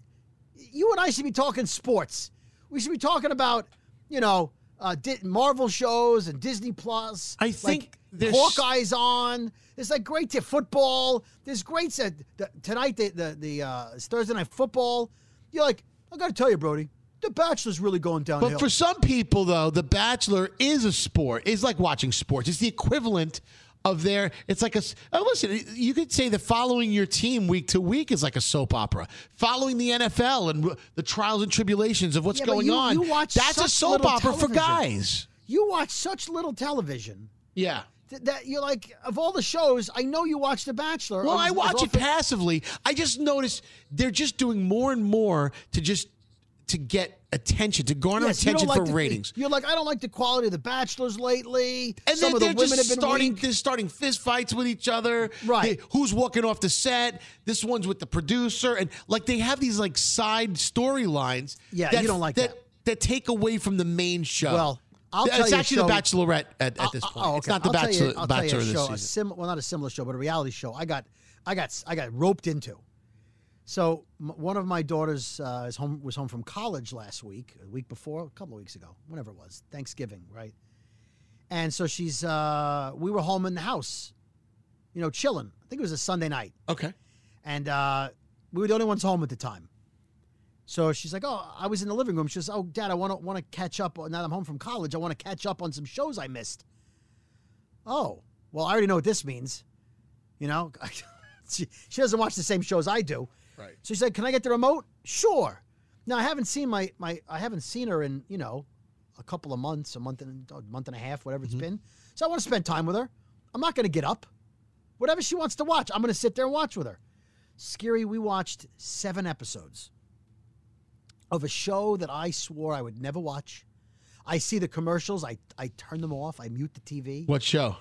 you and I should be talking sports. We should be talking about you know uh, di- Marvel shows and Disney Plus.
I think
like,
there's-
Hawkeye's on. There's like great t- football. There's great set the, tonight. The the, the uh, it's Thursday night football. You're like I got to tell you, Brody, The Bachelor's really going downhill.
But for some people, though, The Bachelor is a sport. It's like watching sports. It's the equivalent of their. It's like a. s- Oh, listen, you could say that following your team week to week is like a soap opera. Following the NFL and r- the trials and tribulations of what's
Yeah, but
going
you-
on.
you watch
that's a
such
soap
little
opera for
television.
guys.
you watch such little television
Yeah.
th- that you're like of all the shows. I know you watch The Bachelor.
Well,
as-
I
as
watch it
often-
passively. I just notice they're just doing more and more to just to get attention, to garner
Yes, you don't
attention
like
for
the-
ratings.
You're like, I don't like the quality of the bachelors lately.
And
Some
then
of the
they're
women have
just
been
starting.
weak.
They're starting fist fights with each other.
Right.
They- who's walking off the set? This one's with the producer, and like they have these like side storylines.
Yeah, you don't like
that. take away from the main show.
Well, I'll
it's
tell you a
actually
show- Oh,
the Bachelorette at, at this point. It's not the
I'll tell
Bachelor.
you, I'll tell you
Bachelor
a
this
show,
season.
A sim- well, not a similar show, but a reality show. I got, I got, I got roped into. So m- one of my daughters uh, is home was home from college last week, a week before, a couple of weeks ago, whenever it was, Thanksgiving, right? And so she's, uh, we were home in the house, you know, chilling. I think it was a Sunday night.
Okay.
and uh, we were the only ones home at the time. So she's like, "Oh, I was in the living room." She says, "Oh, Dad, I want to want to catch up. Now that I'm home from college, I want to catch up on some shows I missed." Oh, well, I already know what this means. You know, she, she doesn't watch the same shows I do. Right. So she's like, "Can I get the remote?" Sure. Now I haven't seen my my I haven't seen her in you know a couple of months, a month and a month and a half, whatever it's been. So I want to spend time with her. I'm not going to get up. Whatever she wants to watch, I'm going to sit there and watch with her. Scary, we watched seven episodes of a show that I swore I would never watch. I see the commercials, I, I turn them off, I mute the TV.
What show?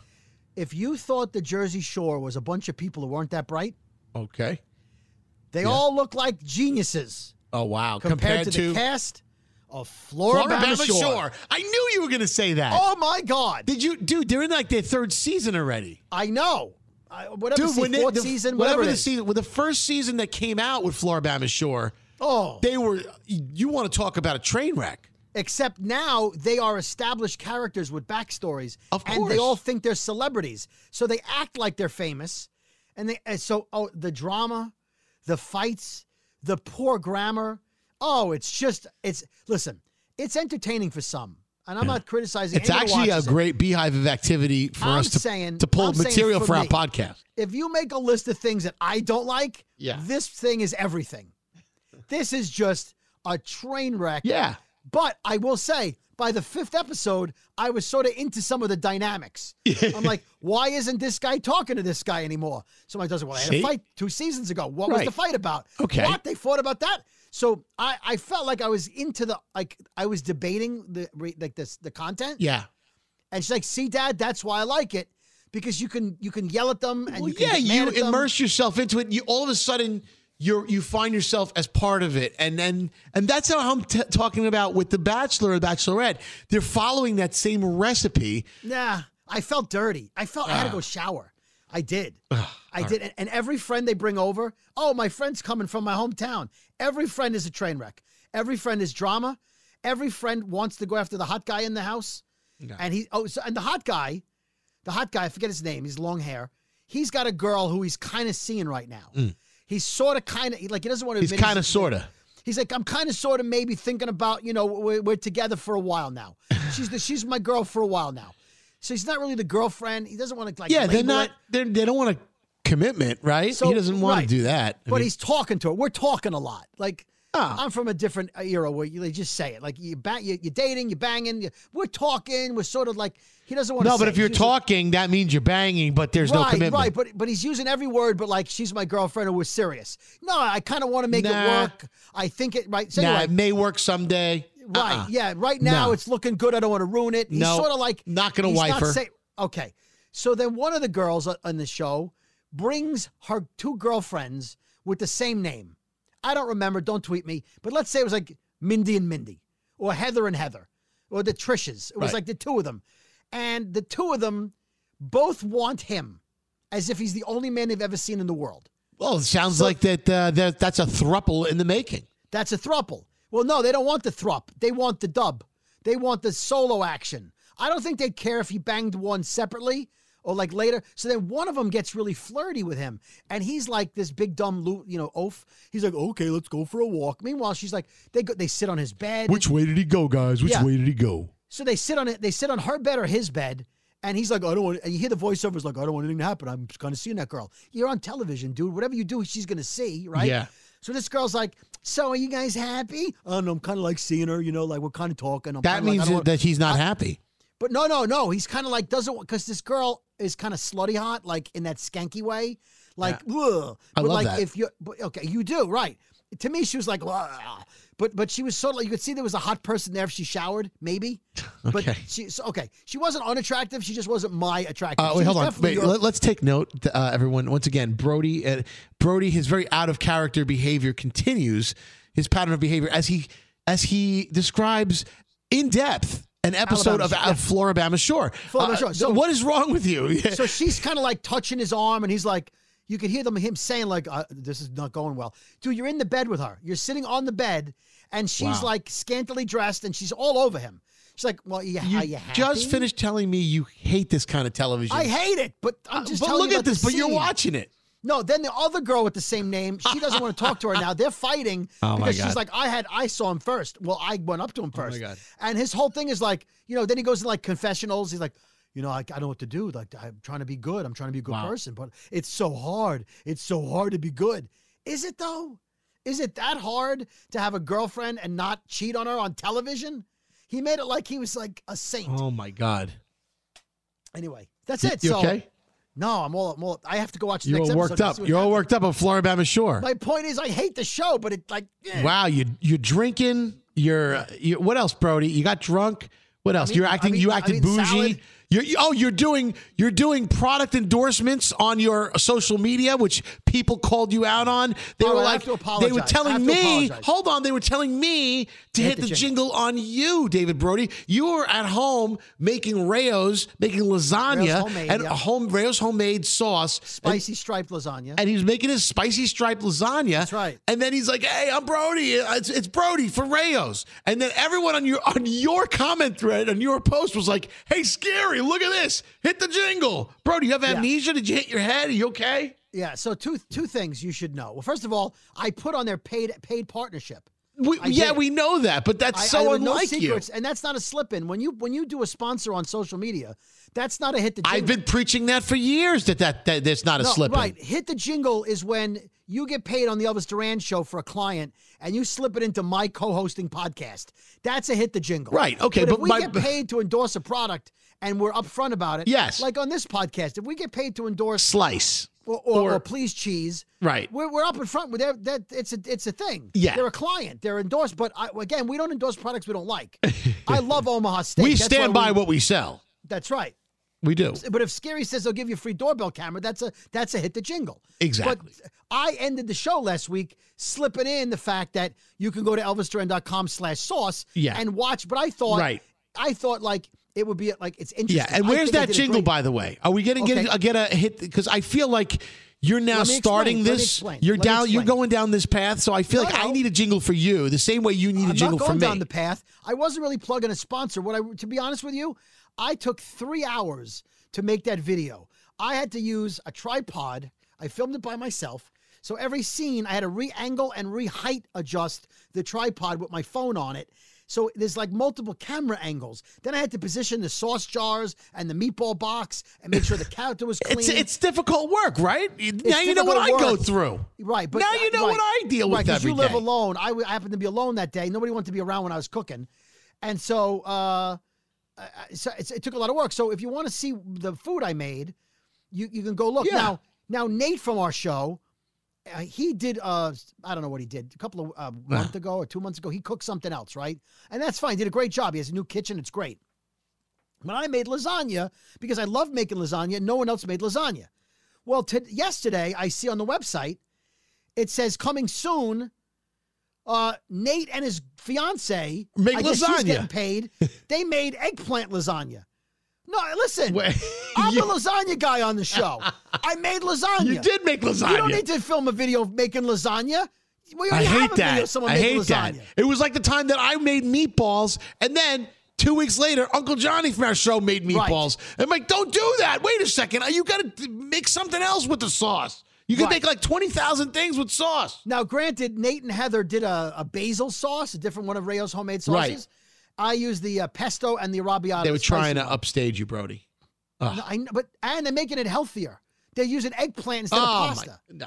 If you thought the Jersey Shore was a bunch of people who weren't that bright,
Okay.
they all look like geniuses
Oh wow.
compared, to, the cast of Florida
Alabama Shore.
Shore.
I knew you were going to say that.
Oh my God!
Did you, dude? They're in like their third season already.
I know. Oh, I, whatever
Dude,
se-
when they-
fourth
the-
season, whatever, it
the
is.
season, with the first season that came out with Floribama Shore,
Oh,
they were. You want to talk about a train wreck?
Except now they are established characters with backstories.
Of
And
course.
they all think they're celebrities. So they act like they're famous. And they and so oh the drama, the fights, the poor grammar. Oh, it's just it's listen, it's entertaining for some. And I'm not criticizing
It's
anyone who
actually a
watches it.
great beehive of activity for
I'm
us to,
saying-
to pull
I'm saying
material
for
for our
me.
podcast.
if you make a list of things that I don't like,
Yeah.
this thing is everything. This is just a train wreck.
Yeah.
But I will say, by the fifth episode, I was sort of into some of the dynamics. I'm like, why isn't this guy talking to this guy anymore? Somebody doesn't. Well, I had
See?
a fight two seasons ago. What was the
Right.
fight about?
Okay.
What they fought about that? So I, I felt like I was into the like I was debating the re- like this the content.
Yeah.
And she's like, "See, Dad, that's why I like it because you can you can yell at them and
Well,
you can
yeah,
get mad
you
at them."
immerse yourself into it. You all of a sudden you you find yourself as part of it, and then and that's how I'm t- talking about with the Bachelor and Bachelorette. They're following that same recipe.
Nah, I felt dirty. I felt I had to
Ah.
go shower. I did. I did. And, and every friend they bring over, oh, my friend's coming from my hometown. Every friend is a train wreck. Every friend is drama. Every friend wants to go after the hot guy in the house. And he, oh, so, and the hot guy, the hot guy, I forget his name, he's long hair. He's got a girl who he's kind of seeing right now. He's sort of kind of like he doesn't want to
Mm. He's
admit
kind of sorta.
He's like, I'm kind of sort of maybe thinking about, you know, we're, we're together for a while now. She's the, she's my girl for a while now. So he's not really the girlfriend. He doesn't want to like.
Yeah, they're
label
not.
it.
They're, they don't want a commitment, right?
So-
he doesn't want
right.
to do that. I
but
mean, Oh.
he's talking to her. We're talking a lot. Like I'm from a different era where you they just say it. Like you ba- you- you're dating, you're banging. You, we're talking. We're sort of like he doesn't want to.
no. But if you're talking, that means you're banging, but there's
right,
no commitment.
right. But but he's using every word. But like she's my girlfriend, and we're serious. No, I kind of want to make
Nah.
it work. I think it right. So
now it
anyway,
may work someday.
right.
Uh-uh.
Yeah, right now
No.
it's looking good. I don't want to ruin it. He's
No,
sort of like
not gonna
he's
wife her.
okay, so then one of the girls o- on the show brings her two girlfriends with the same name. I don't remember. Don't tweet me. But let's say it was like Mindy and Mindy, or Heather and Heather, or the Trishes. It was
Right.
like the two of them, and the two of them both want him, as if he's the only man they've ever seen in the world.
Well, it sounds like that, uh, that that's a thruple in the making.
That's a thruple. Well, no, they don't want the thrup. They want the dub. They want the solo action. I don't think they'd care if he banged one separately or like later. So then one of them gets really flirty with him, and he's like this big dumb, lo- you know, oaf. He's like, okay, let's go for a walk. Meanwhile, she's like, they go, they sit on his bed.
Which way did he go, guys? Which
Yeah.
way did he go?
So they sit on it. They sit on her bed or his bed, and he's like, "I don't want." And you hear the voiceovers like, "I don't want anything to happen. I'm just gonna see that girl. You're on television, dude. Whatever you do, she's gonna see, right?"
Yeah.
So this girl's like, "So are you guys happy?" Oh no, I'm kind of like seeing her. You know, like we're kind of talking. I'm
That
kinda like, I
means
don't want-
that he's not happy.
But no, no, no. He's kind of like doesn't because this girl is kind of slutty hot, like in that skanky way, like ugh.
I
but
love
like
that.
if you but, okay, you do right. To me, she was like, "Ugh." but but she was sort of like you could see there was a hot person there if she showered, maybe. But
Okay.
she so, okay, she wasn't unattractive. She just wasn't my attractive.
Uh,
She
wait,
was
hold on.
definitely
Wait,
your-
let, us take note, uh, everyone. Once again, Brody, uh, Brody, his very out of character behavior continues. His pattern of behavior, as he as he describes in depth, an episode
Alabama
of,
Shore,
of Floribama Shore.
Floribama Shore. So-
So what is wrong with you?
so she's kind of like touching his arm, and he's like, you could hear them him saying like, uh, "This is not going well, dude. You're in the bed with her. You're sitting on the bed, and she's
Wow.
like scantily dressed, and she's all over him. She's like, well, yeah,
you,
are you happy?
just finished telling me you hate this kind of television. Uh,
I hate it, but I'm just.
but
telling
look
you
at
about the
this. But you're
scene.
watching it.
No, then the other girl with the same name, she doesn't want to talk to her now. They're fighting
Oh, my
because she's
God. Oh
like, I had, I saw him first. Well, I went up to him first.
God.
And his whole thing is like, you know, then he goes in like confessionals. He's like, you know, I, I don't know what to do. Like, I'm trying to be good. I'm trying to be a good person, but it's so hard. It's so hard to be good. Is it though? Is it that hard to have a girlfriend and not cheat on her on television? He made it like he was like a saint.
Oh my god.
Anyway, that's
You-
it.
you
so,
okay?
No, I'm all, I'm all. I have to go watch the
You're
next
all worked
episode to
up.
see what
You're all
happens.
worked up on Floribama Shore.
My point is, I hate the show, but it like eh.
Wow, you you're drinking. You're, uh, you what else, Brody? You got drunk. What else?
mean-
you're
I
acting.
mean-
you
I
acted
mean
bougie.
salad.
You're, you- oh, you're doing you're doing product endorsements on your social media, which people called you out on. They
All
were
right, I have
like,
to
they
apologize.
were
I have
telling
to
me,
apologize.
hold on, they were telling me to hit,
the
the, jingle. on you, David Brody. You were at home making Rayos, making lasagna
homemade,
and
yeah.
a home Rayos homemade sauce. And
spicy striped lasagna.
and he was making his spicy striped lasagna. That's
right.
And then he's like, "Hey, I'm Brody. It's, it's Brody for Rayos." And then everyone on your on your comment thread on your post was like, "Hey, scary! Look at this! Hit the jingle, Brody. You have amnesia? Did you hit your head? Are you okay?"
yeah. So two two things you should know. Well, first of all, I put on their paid paid partnership.
We,
I
yeah,
did.
we know that, but that's
I,
so
I, no
unlike you.
secrets, and that's not a slip in. When you when you do a sponsor on social media, that's not a hit the. Jingle.
I've been preaching that for years that that, that that's not a
No,
slip. in.
Right. Hit the jingle is when you get paid on the Elvis Duran show for a client and you slip it into my co hosting podcast. That's a hit the jingle.
Right, okay,
But, if
but
we
my-
get paid to endorse a product and we're upfront about it,
Yes.
Like on this podcast, if we get paid to endorse
Slice.
or, or,
Or-
or please cheese.
Right.
We're, we're up in front with that. that it's a it's a thing.
Yeah.
They're a client. They're endorsed. But I, again, we don't endorse products we don't like. I love Omaha Steak.
We
That's
stand
why
by
we-
what we sell.
That's right.
We do.
But if Scary says they'll give you a free doorbell camera, that's a that's a hit the jingle.
Exactly.
But I ended the show last week slipping in the fact that you can go to elvisduran.com slash sauce
Yeah.
and watch. But I thought
Right.
I thought like it would be like it's interesting.
Yeah, and
I
where's
think I
that
did a
jingle,
great-
by the way? Are we gonna get,
Okay.
get a hit? Because I feel like you're now
Let me
starting
explain, let me
this.
explain,
You're
let me
down. You're
explain.
going down this path. So I feel
No,
like I
no.
need a jingle for you, the same way you need a
I'm
jingle
not going
for me.
down the path. I wasn't really plugging a sponsor. What I to be honest with you, I took three hours to make that video. I had to use a tripod. I filmed it by myself. So every scene, I had to re-angle and re-height adjust the tripod with my phone on it. So there's like multiple camera angles. Then I had to position the sauce jars and the meatball box and make sure the character was clean.
It's it's difficult work, right? now you know what I
difficult
go
work.
through.
Right, but
now you know
right.
what I deal
right,
with
'cause
every
you live
day.
alone. I, w- I happened to be alone that day. Nobody wanted to be around when I was cooking, and so uh, I- I- so it's, it took a lot of work. So if you want to see the food I made, you you can go look
Yeah.
now. Now Nate from our show, uh, he did uh I don't know what he did a couple of uh, month ago or two months ago. He cooked something else, right? And that's fine. He did a great job. He has a new kitchen. It's great. But I made lasagna because I love making lasagna. No one else made lasagna. Well, t- yesterday I see on the website it says coming soon. Uh, Nate and his fiance
Make
I guess she's
lasagna.
getting paid. They made eggplant lasagna. No, listen.
Wait,
I'm
you-
the lasagna guy on the show. I made lasagna.
You did make lasagna.
You don't need to film a video of making lasagna. We
I
already have
hate
a video of
that.
someone
I hate
making
that.
lasagna.
It was like the time that I made meatballs, and then two weeks later, Uncle Johnny from our show made
Right.
meatballs. I'm like, don't do that. Wait a second. You got to make something else with the sauce. You can
Right.
make like twenty thousand things with sauce.
Now, granted, Nate and Heather did a, a basil sauce, a different one of Rayo's homemade
Right.
sauces. I used the uh, pesto and the arrabbiata.
They were
the spicy
trying to
one.
upstage you, Brody.
No, I kn- but and they're making it healthier. They're using eggplant instead
oh
of pasta.
my! No.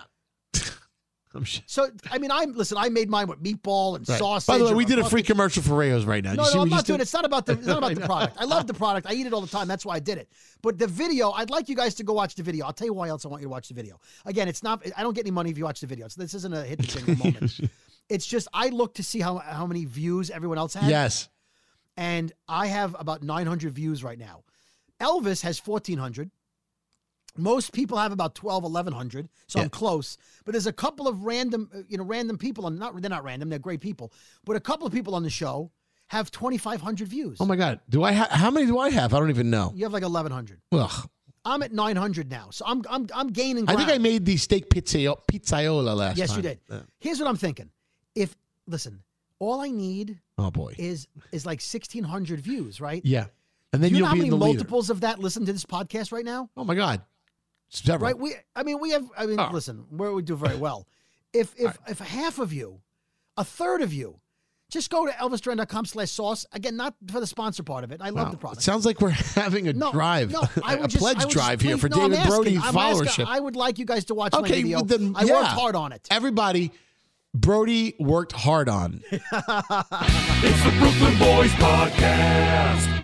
I'm sh-
So I mean, I'm listen. I made mine with meatball and
Right.
sausage.
By the way,
and
we did a
fucking-
free commercial for Rayos right now. Did
No,
you see
no,
what
I'm
we
not
just
doing it.
did?
It's not about the. It's not about the product. I love the product. I eat it all the time. That's why I did it. But the video, I'd like you guys to go watch the video. I'll tell you why else I want you to watch the video. Again, it's not. I don't get any money if you watch the video. So this isn't a hit the jingle moment. It's just I look to see how how many views everyone else has.
Yes.
and I have about 900 views right now. Elvis has 1400. Most people have about 12 1100, so I'm close. But there's a couple of random, uh, you know, random people on not they're not random, they're great people, but a couple of people on the show have 2500 views.
Oh my God. Do I ha- how many do I have? I don't even know.
You have like 1100.
Ugh.
I'm at 900 now. So I'm I'm I'm gaining
I
ground.
think I made the steak pizzio- pizzaiola last
Yes,
time.
you did.
Uh,
Here's what I'm thinking. If listen, all I need
Oh boy.
is is like 1600 views, right?
Yeah. And then
Do you
you'll
know how
be in
many
the leader.
multiples of that listen to this podcast right now?
Oh my God. Several.
right? We, I mean, we have. I mean,
Oh.
listen, we we do very well. If if if half of you, a third of you, just go to elvisduran.com slash sauce again. Not for the sponsor part of it. I love
Wow.
the product.
It sounds like we're having a
no,
drive,
No, I
a
would just,
pledge
I would
drive
just
here for
please- no, I'm
David
asking,
Brody
I'm
followership.
Asking, I would like you guys to watch my
okay,
video.
then
I
yeah.
worked hard on it.
Everybody, Brody worked hard on.
It's the Brooklyn Boys Podcast.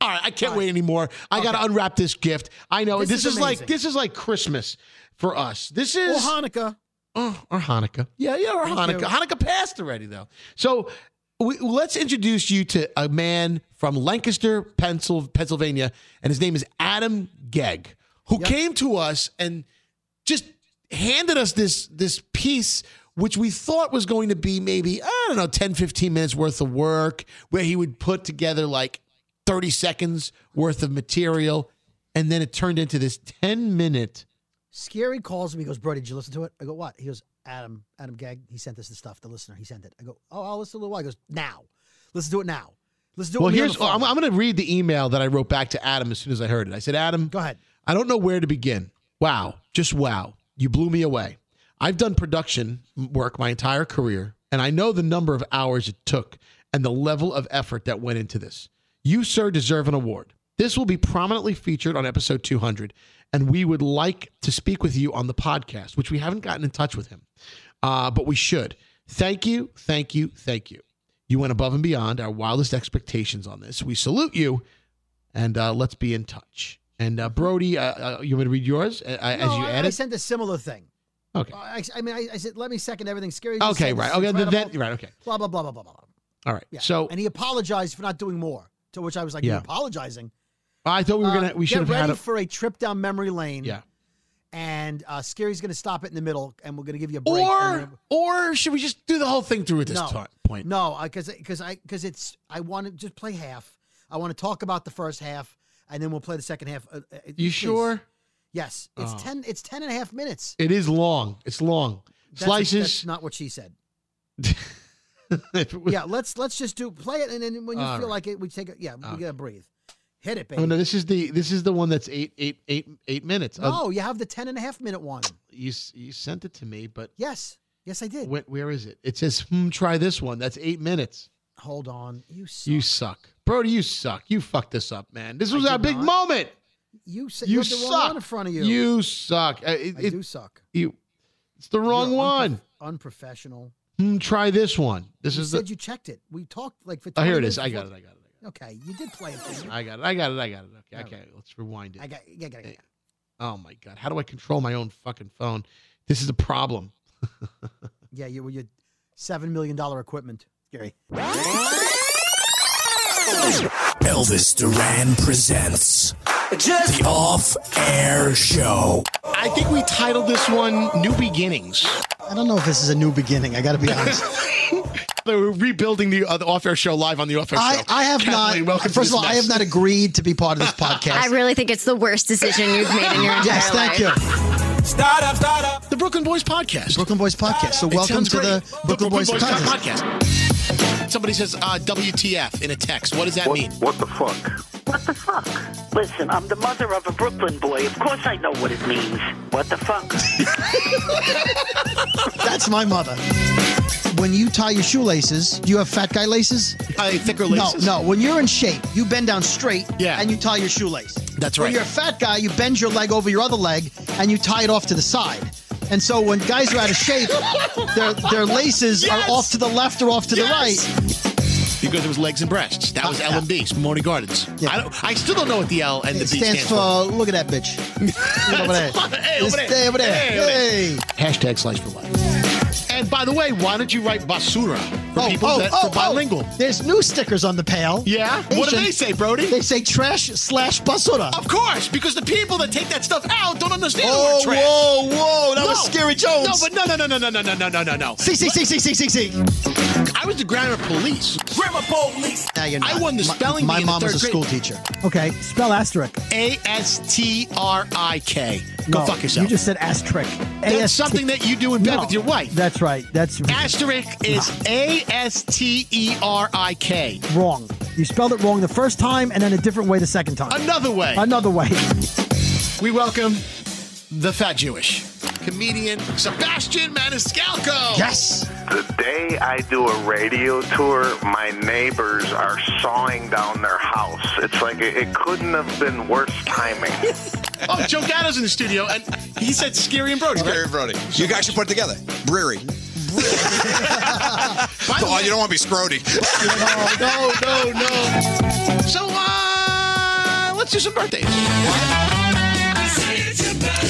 All right, I can't wait anymore. I got to unwrap this gift. I know
This
this,
is
is, like
amazing.
this is like Christmas for us. This
Or
is
Hanukkah.
Oh, or Hanukkah. Yeah, yeah, or Hanukkah.
you.
Hanukkah passed already, though. So we, let's introduce you to a man from Lancaster, Pencil, Pennsylvania, and his name is Adam Gegg, who came to us and just handed us this this piece which we thought was going to be maybe i don't know 10 15 minutes worth of work where he would put together like 30 seconds worth of material and then it turned into this 10 minute
Scary calls me. He goes, Bro, did you listen to it? I go, What? He goes, Adam, Adam Gag, he sent us the stuff, the listener. He sent it. I go, Oh, I'll listen to it a little while. He goes, Now. Listen to it now. Listen to it.
Well,
with me on
here's
the phone."
I'm, I'm going to read the email that I wrote back to Adam as soon as I heard it. I said, Adam,
Go ahead.
I don't know where to begin. Wow, just wow. You blew me away. I've done production work my entire career, and I know the number of hours it took and the level of effort that went into this. You, sir, deserve an award. This will be prominently featured on episode 200, and we would like to speak with you on the podcast, which we haven't gotten in touch with him, uh, but we should. Thank you, thank you, thank you. You went above and beyond our wildest expectations on this. We salute you, and uh, let's be in touch. And uh, Brody, uh, uh, you want me to read yours uh, uh, as
No,
you
I,
add
I
it?
sent a similar thing.
Okay.
Uh, I, I mean, I, I said, Let me second everything. Scary. just
Okay,
said,
right.
"This is
Okay, the
incredible."
vet, right. Okay,
Blah, blah, blah, blah, blah, blah. blah.
all right.
Yeah.
So
and he apologized for not doing more. To which I was like,
Yeah.
You're apologizing.
I thought we were gonna.
Uh,
We should have
get ready
had a.
for a trip down memory lane.
Yeah.
And uh, Scary's going to stop it in the middle, and we're going to give you a break. and
Or
then-
or should we just do the whole thing through at this
No.
ti- point?
No, because because I because it's I want to just play half. I want to talk about the first half, and then we'll play the second half. Uh, uh,
You
please.
sure?
Yes. It's
Oh.
ten. It's ten and a half minutes.
It is long. It's long.
That's-
Slices.
That's not what she said.
if it was-
Yeah. Let's let's just do play it, and then when you
All
feel
right.
like it, we take it. Yeah, we gotta breathe. Hit it, baby.
Oh no! This is the this is the one that's eight eight eight eight minutes. Uh,
No, you have the ten and a half minute one.
you s- you sent it to me, but
Yes. Yes, I did.
Where, where is it? It says, hmm, try this one. That's eight minutes.
Hold on. You suck.
You
You,
suck. Brody, you suck. You fucked this up, man. This was
did
our big
not.
moment.
you, said
You
have the wrong
suck.
one in front of you.
You suck. Uh, it-
I
it-
do suck.
you, it's the wrong
You're unprof-
one.
Unprofessional.
Hmm, try this one. This
You
is the.
said you checked it. We talked like for.
oh,
20
here it
minutes
is. I got it.
before-
I got it.
Okay, you did play it. didn't you?
I got it. I got it. I got it. Okay.
All
Okay. Let's rewind
I
it.
got. Yeah, got, got, got.
Oh, my God. How do I control my own fucking phone? This is a problem.
Yeah, you were your seven million dollar equipment. Gary.
Elvis Duran presents the Off Air Show.
I think we titled this one New Beginnings.
I don't know if this is a new beginning. I got to be honest.
We're rebuilding the, uh, the off air show live on the off air show.
I, I have
Kathleen,
not.
welcome to
First
this
of all, I
mess.
have not agreed to be part of this podcast.
I really think it's the worst decision you've made in your entire
yes,
life.
thank you.
Start up, start up.
The Brooklyn Boys Podcast.
Brooklyn Boys podcast. So
It
welcome
sounds
to
great.
the Brooklyn, Boys, podcast.
podcast. Somebody says uh, WTF in a text. What does that mean?
What the fuck?
What the fuck? Listen, I'm the mother of a Brooklyn boy. Of course I know what it means. What the fuck?
That's my mother. When you tie your shoelaces, do you have fat guy laces?
Uh, thicker
No, no. When you're in shape, you bend down straight
Yeah.
and you tie your shoelace.
That's right.
When you're a fat guy, you bend your leg over your other leg and you tie it off to the side. And so when guys are out of shape, their their laces
Yes.
are off to the left or off to
Yes.
the right.
Because it was legs and breasts. That was
Uh, yeah.
L&B, Morning Gardens.
Yeah.
I, don't, I still don't know what the L and the
It
B
stands
stands
for look at that bitch. Look over there.
Hey, over
This-
there.
Hey, over there.
Hey, over there.
Hey.
Hashtag Slice for Life. And by the way, why don't you write basura for
Oh,
people that for bilingual?
There's new stickers on the pail.
Yeah? What do
Asian.
they say, Brody?
They say trash slash basura.
Of course, because the people that take that stuff out don't understand the
Oh,
word trash.
whoa, whoa. That was
No.
Scary Jones.
No, but no, no, no, no, no, no, no, no, no, no, no.
See, see, see, see, see, see, see.
I was the grammar police.
Grandma police.
Now you're
I
not.
won the
My-
spelling
My,
bee in the
mom was
third
a
grade.
school teacher. Okay, spell asterisk.
A S T R I K. Go fuck yourself.
said asterisk.
That's something that you do in bed with your wife.
That's right. That's
Asterisk is A S T E R I K.
wrong.
You spelled it wrong the first time and then a different way the second time.
Another way.
Another way.
We welcome the fat Jewish comedian Sebastian Maniscalco. Yes.
The day I do a radio tour, my neighbors are sawing down their house. It's like it, it couldn't have been worse timing.
Oh, Joe Gatto's in the studio, and he said Scary and Brody.
Gary Brody. You guys should put it together. Brewery. oh, you don't want to be Scrody.
no, no, no. So, uh, let's do some birthdays.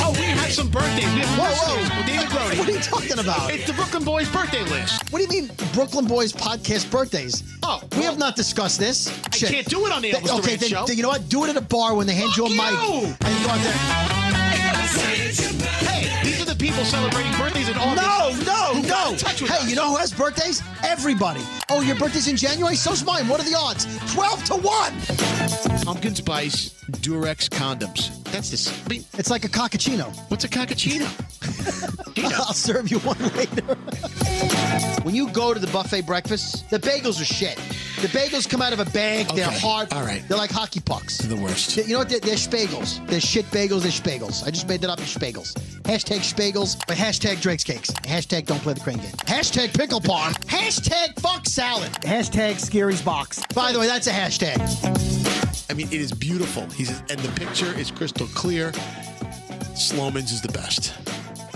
Oh, we had some birthdays. We have
Whoa,
listeners.
whoa.
David Brody.
What are you talking about?
It's the Brooklyn Boys birthday list.
What do you mean, Brooklyn Boys podcast birthdays?
Oh,
we have not discussed this.
I can't do it on the
Th-
Elvis
Okay,
Duran
then,
show.
then you know what? Do it at a bar when they hand you a mic. And go out there.
Hey, these are the people celebrating birthdays in August.
No, no,
Who got
no.
in touch with
Hey,
us.
you know who has birthdays? Everybody. Oh, your birthday's in January? So's mine. What are the odds? 12 to 1.
Pumpkin spice Durex condoms. That's this. I mean,
It's like a cockachino.
What's a cockachino?
I'll serve you one later. when you go to the buffet breakfast, the bagels are shit. The bagels come out of a bag. They're
Okay.
hard.
All right.
They're like hockey pucks.
the worst.
You know what? They're, they're spagels. They're shit bagels. They're spagels. I just made that up. They're spagels. Hashtag spagels. But hashtag Drake's cakes. Hashtag don't play the crane game. Hashtag pickle parm. hashtag fuck salad. Hashtag Scary's box. By the way, that's a hashtag.
I mean, it is beautiful. He's and the picture is crystal clear. Sloman's is the best.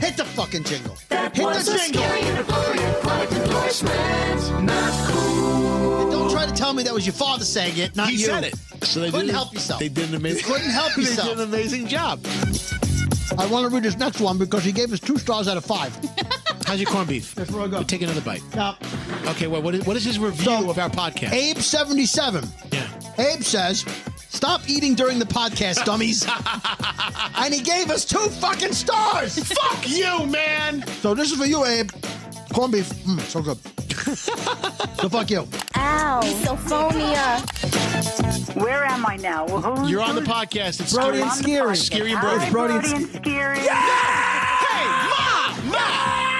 Hit the fucking jingle. Hit
was a
the jingle.
scary and Brody product endorsement. Not cool.
And don't try to tell me that was your father saying it, not
he
you.
said it. So they
Couldn't
did,
help yourself.
They did an amazing.
Couldn't help
they
yourself.
did an amazing job.
I want to read this next one because he gave us two stars out of five.
How's your corned beef?
Before I go.
Take another bite.
Now,
Okay, well, what is, what is his review of our podcast?
Abe77.
Yeah.
Abe says, Stop eating during the podcast, dummies. and he gave us two fucking stars.
Fuck you, man.
so this is for you, Abe. Corned beef. Mm, so good. so fuck you.
Ow. Misophonia. Where am I now? Who's,
You're on the podcast. It's
Brody
Scary
and
Scary.
Scary.
Scary and Brody.
Hi, Brody and, Scary.
Hey, ma, ma,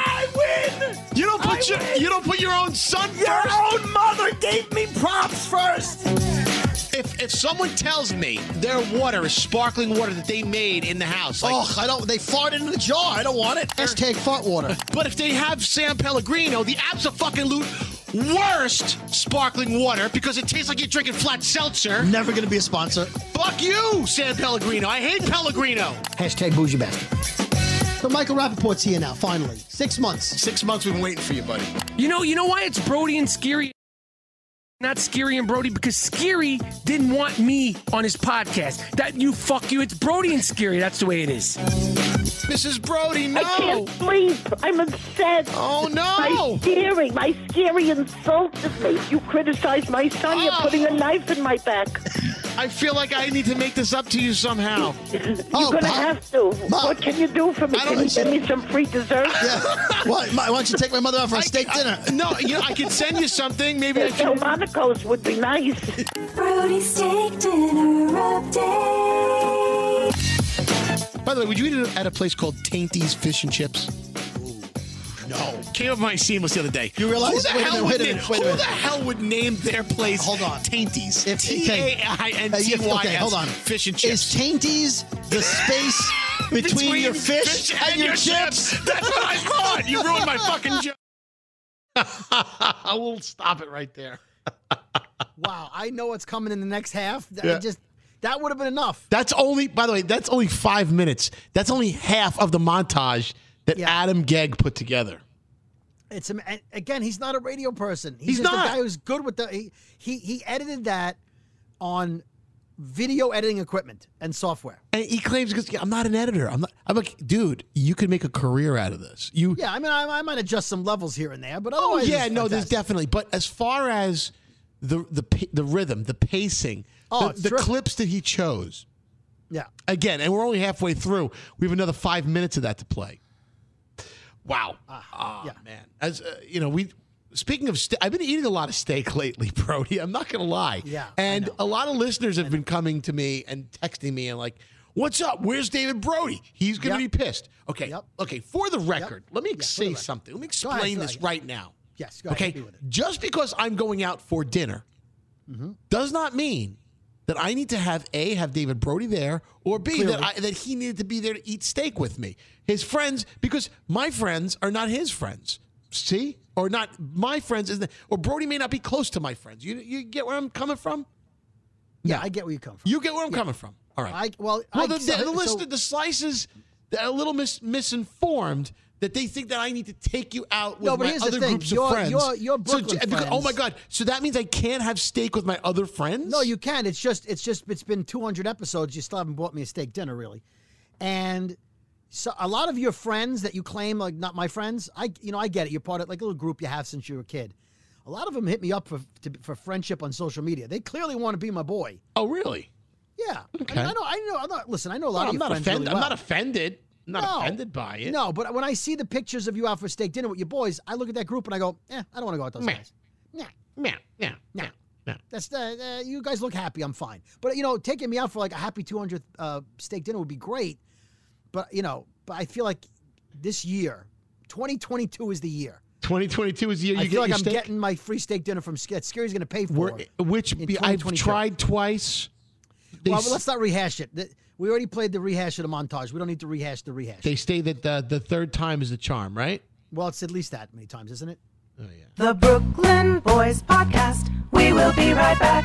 I win. You don't put your you don't put your own son first.
own mother gave me props first.
If if someone tells me their water is sparkling water that they made in the house, like,
oh, I don't. They fart into the jar.
I don't want it.
Hashtag fart water.
But if they have San Pellegrino, the abs are fucking loot worst sparkling water because it tastes like you're drinking flat seltzer.
Never gonna be a sponsor.
Fuck you, San Pellegrino. I hate Pellegrino.
Hashtag bougie bastard. So Michael Rappaport's here now, finally. Six months.
Six months we've been waiting for you, buddy.
You know, you know why it's Brody and Scary, not Scary and Brody, because Scary didn't want me on his podcast. That you fuck you. It's Brody and Scary. That's the way it is.
Mrs. Brody,
I can't sleep. I'm upset.
Oh, no.
My scary, my scary insulted me. You criticized my son. You're
Oh.
putting a knife in my back.
I feel like I need to make this up to you somehow.
Oh,
Oh,
You're gonna
Mom.
have to. What can you do for me?
I don't
Can
understand.
you give me some free dessert?
Yeah. Why, why don't you take my mother out for a steak dinner?
uh, No, you know, I could send you something. Maybe I can.
Delmonico's would be nice.
Brody steak dinner update.
By the way, would you eat it at a place called Tainty's Fish and Chips? No. Came up with my seamless the other day.
You realize-
Who the
wait a
hell
minute, wait
would
a
name-
minute, wait a
who
minute.
the hell would name their place?
Hold on.
Tainty's.
If-
T
okay.
A I N
Uh,
T E
yes,
Y
okay, hold on.
S. Fish and chips.
Is Tainty's the space between, your fish, and, your, chips?
That's what I thought. You ruined my fucking joke. I will stop it right there.
Wow, I know what's coming in the next half. Th-
Yeah.
I just that would have been enough.
That's only, by the way, that's only five minutes. That's only half of the montage that Adam Gegg put together.
It's am- and again, he's not a radio person. He's,
He's
just
not.
a guy who's good with the he, he he edited that on video editing equipment and software.
And he claims because I'm not an editor. I'm not. I'm like, dude, you could make a career out of this. You.
Yeah, I mean, I, I might adjust some levels here and there, but
Oh
otherwise,
yeah,
it's
no, there's
fantastic.
definitely. But as far as the the pa- the rhythm, the pacing,
Oh,
the,
it's
the
terrific.
clips that he chose
yeah.
again, and we're only halfway through. We have another five minutes of that to play. Wow. Ah, man. As uh, you know, we speaking of, ste- I've been eating a lot of steak lately, Brody. I'm not gonna lie.
Yeah, I
And a lot of listeners have been coming to me and texting me and like, "What's up? Where's David Brody? He's gonna
Yep.
be pissed." Okay. Okay. For the record, let me say something. Let me
Go ahead,
explain
go
this
ahead.
right now.
Yes. Go ahead,
Okay.
be with it.
Just because I'm going out for dinner
Mm-hmm.
does not mean that I need to have A, have David Brody there, or B, that, I, that he needed to be there to eat steak with me. His friends, because my friends are not his friends. See? Or not my friends, isn't or Brody may not be close to my friends. You, you get where I'm coming from?
Yeah, I get where you come from.
You get where I'm coming from. All right.
I, well,
Well,
I,
the, the,
so-
the list,
so-
the slices, they're a little mis- misinformed that they think that I need to take you out with
No, but
my
here's the
other
thing.
groups
Your-
of friends.
your- your
So,
Brooklyn
j- because- Oh my
friends-
God! So that means I can't have steak with my other friends.
No, you can. It's just it's just it's been 200 episodes. You still haven't bought me a steak dinner, really. And so a lot of your friends that you claim like not my friends, I you know I get it. You're part of like a little group you have since you were a kid. A lot of them hit me up for to, for friendship on social media. They clearly want to be my boy.
Oh really?
Yeah.
Okay.
I, mean, I know. I know. I'm not. Listen, I know a lot of
No,
your
I'm not
friends
offended.
really
I'm
well.
not offended. I'm not offended by it.
No, but when I see the pictures of you out for steak dinner with your boys, I look at that group and I go, eh, I don't want to go out with those
Meh.
guys. Nah,
Yeah, yeah,
nah. That's uh, uh, you guys look happy. I'm fine, but you know, taking me out for like a happy 200th uh, steak dinner would be great. But you know, but I feel like this year, 2022 is the year.
2022 is the year you
I
get
feel like
your
I'm
steak.
getting my free steak dinner from Skid. Scary's going to pay for
We're- uh,
it.
which
in
be- I've
2022.
tried twice. They
Well,
s-
let's not rehash it. Th- We already played the rehash of the montage. We don't need to rehash the rehash.
They say that the, the third time is the charm, right?
Well, it's at least that many times, isn't it?
Oh,
The Brooklyn Boys Podcast. We will be right back.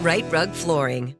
Right Rug Flooring.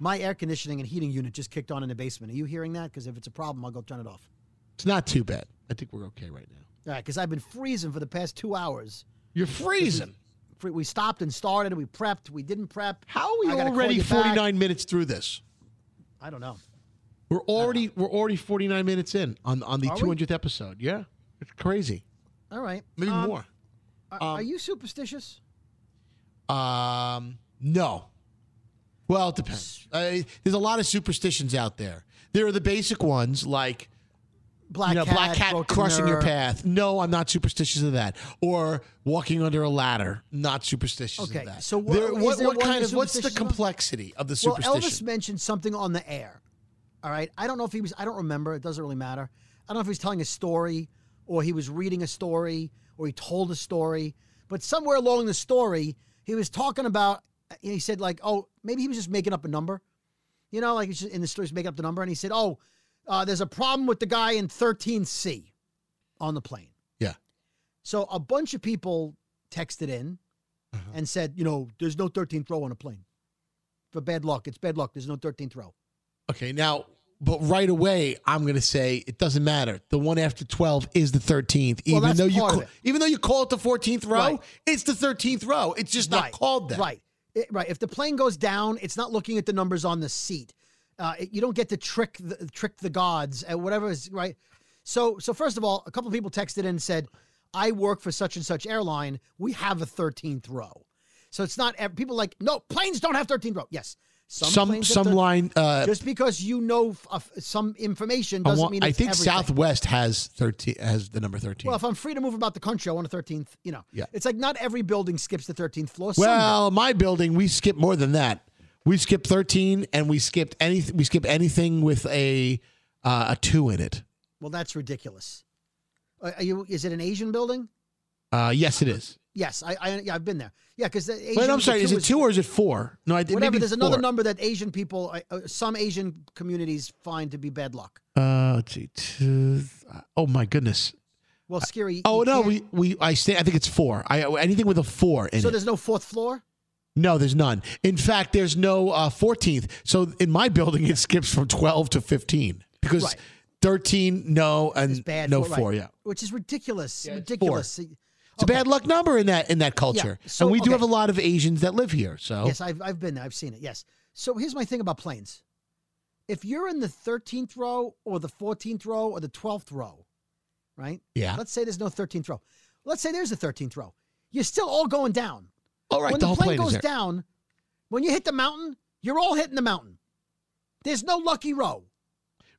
My air conditioning and heating unit just kicked on in the basement. Are you hearing that? Because if it's a problem, I'll go turn it off.
It's not too bad. I think we're okay right now.
All right, because I've been freezing for the past two hours.
You're freezing.
Fre- We stopped and started. We prepped. We didn't prep. How
We're already 49 minutes through this.
I don't know.
We're already we're already 49 minutes in on on the
Are we?
200th episode. Yeah, it's crazy.
All right.
Maybe
Um,
more.
Are, are you superstitious?
Um, no. Well, it depends. Uh, there's a lot of superstitions out there. There are the basic ones like
black
you know, black
cat,
cat
broken
crossing your
nerve.
path. No, I'm not superstitious of that. Or walking under a ladder. Not superstitious
Okay,
of that.
so wha-
There-
is
what,
there
what
one
kind of what's the
superstition about-
complexity of the
Well,
superstition?
Elvis mentioned something on the air. All right. I don't know if he was, I don't remember. It doesn't really matter. I don't know if he was telling a story or he was reading a story or he told a story. But somewhere along the story, he was talking about, he said, like, oh, Maybe he was just making up a number. You know, like he's just in the story, he's making up the number, and he said, "Oh, uh, there's a problem with the guy in 13C on the plane."
Yeah.
So a bunch of people texted in and said, "You know, there's no 13th row on a plane. For bad luck, it's bad luck. There's no 13th row."
Okay, now, but right away, I'm going to say it doesn't matter. The one after 12 is the 13th, even
that's
though you
part of
call,
it.
even though you call it the 14th row,
Right.
it's the 13th row. It's just not called that.
Right. It- right. If the plane goes down, it's not looking at the numbers on the seat. Uh, it- you don't get to trick the, trick the gods and whatever is right. So so first of all, a couple of people texted in and said, "I work for such and such airline. We have a 13th row." So it's not ev- people like no planes don't have 13th row. Yes.
Some-
planes have
some
13th
line, uh,
just because you know f- of some information
I,
doesn't
want-
mean
I
it's
think
everything.
Southwest has 13 has the number 13.
Well, if I'm free to move about the country, I want a 13th. You know,
Yeah.
It's like not every building skips the 13th floor. Some do.
Well, my building, we skip more than that. We skipped 13 and we skipped any we skip anything with a uh, a 2 in it.
Well, that's ridiculous. Uh, Are you? Is it an Asian building?
Uh, yes it is.
Yes, I, I yeah, I've been there. Yeah, because the Asian.
Wait, I'm
the
sorry, is it 2 or is it 4? No, I did
whatever.
maybe
There's another
four.
number that Asian people, uh, uh, some Asian communities find to be bad luck.
Uh, let's see, two, oh my goodness.
Well, scary.
Oh
you
no,
can't-
we we I say I think it's four. I anything with a four in
so
it.
there's no fourth floor.
no, there's none. In fact, there's no uh, fourteenth. so in my building, it skips from twelve to fifteen because
Right.
thirteen, no, and
Bad.
no
floor, right.
four. Yeah,
Which is ridiculous. ridiculous.
it's a bad luck number in that in that culture.
so-
and we
okay.
do have a lot of Asians that live here. So
Yes, I've I've been there. I've seen it. Yes. So here's my thing about planes. If you're in the 13th row or the 14th row or the 12th row, right?
Yeah.
Let's say there's no 13th row. Let's say there's a 13th row. You're still all going down.
All right,
When
the
the
whole
plane
plane is
goes
there.
down, when you hit the mountain, you're all hitting the mountain. There's no lucky row.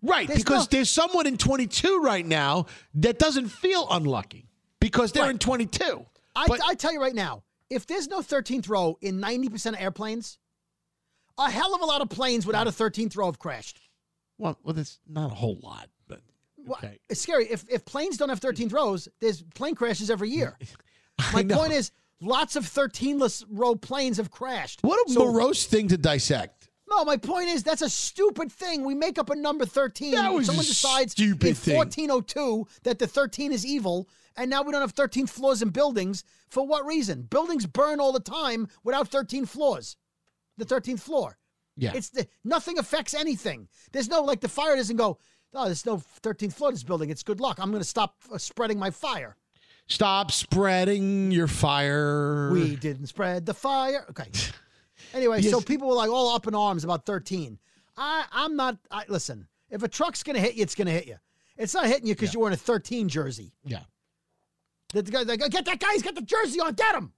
right,
There's
because
no-
there's someone in twenty two right now that doesn't feel unlucky because they're in twenty two.
I, I tell you right now, if there's no 13th row in 90% of airplanes, a hell of a lot of planes without a 13th row have crashed.
Well, well, that's not a whole lot, but
Well,
okay.
It's scary. If if planes don't have 13th rows, there's plane crashes every year. My
know.
point is, lots of 13less row planes have crashed.
What a
So-
morose thing to dissect.
No, my point is that's a stupid thing. We make up a number 13.
That was
Someone
a
decides
stupid
in
thing.
1402 that the 13 is evil, and now we don't have 13 floors in buildings. For what reason? Buildings burn all the time without 13 floors. The 13th floor.
Yeah.
It's the, nothing affects anything. There's no like the fire doesn't go. Oh, there's no 13th floor in this building. It's good luck. I'm going to stop uh, spreading my fire.
Stop spreading your fire.
We didn't spread the fire. Okay. Anyway, so
Yes.
people were like all up in arms about 13. I, I'm not. I, listen, if a truck's going to hit you, it's going to hit you. It's not hitting you because you're wearing a 13 jersey.
Yeah.
The, the guy's like, get that guy. He's got the jersey on. Get him.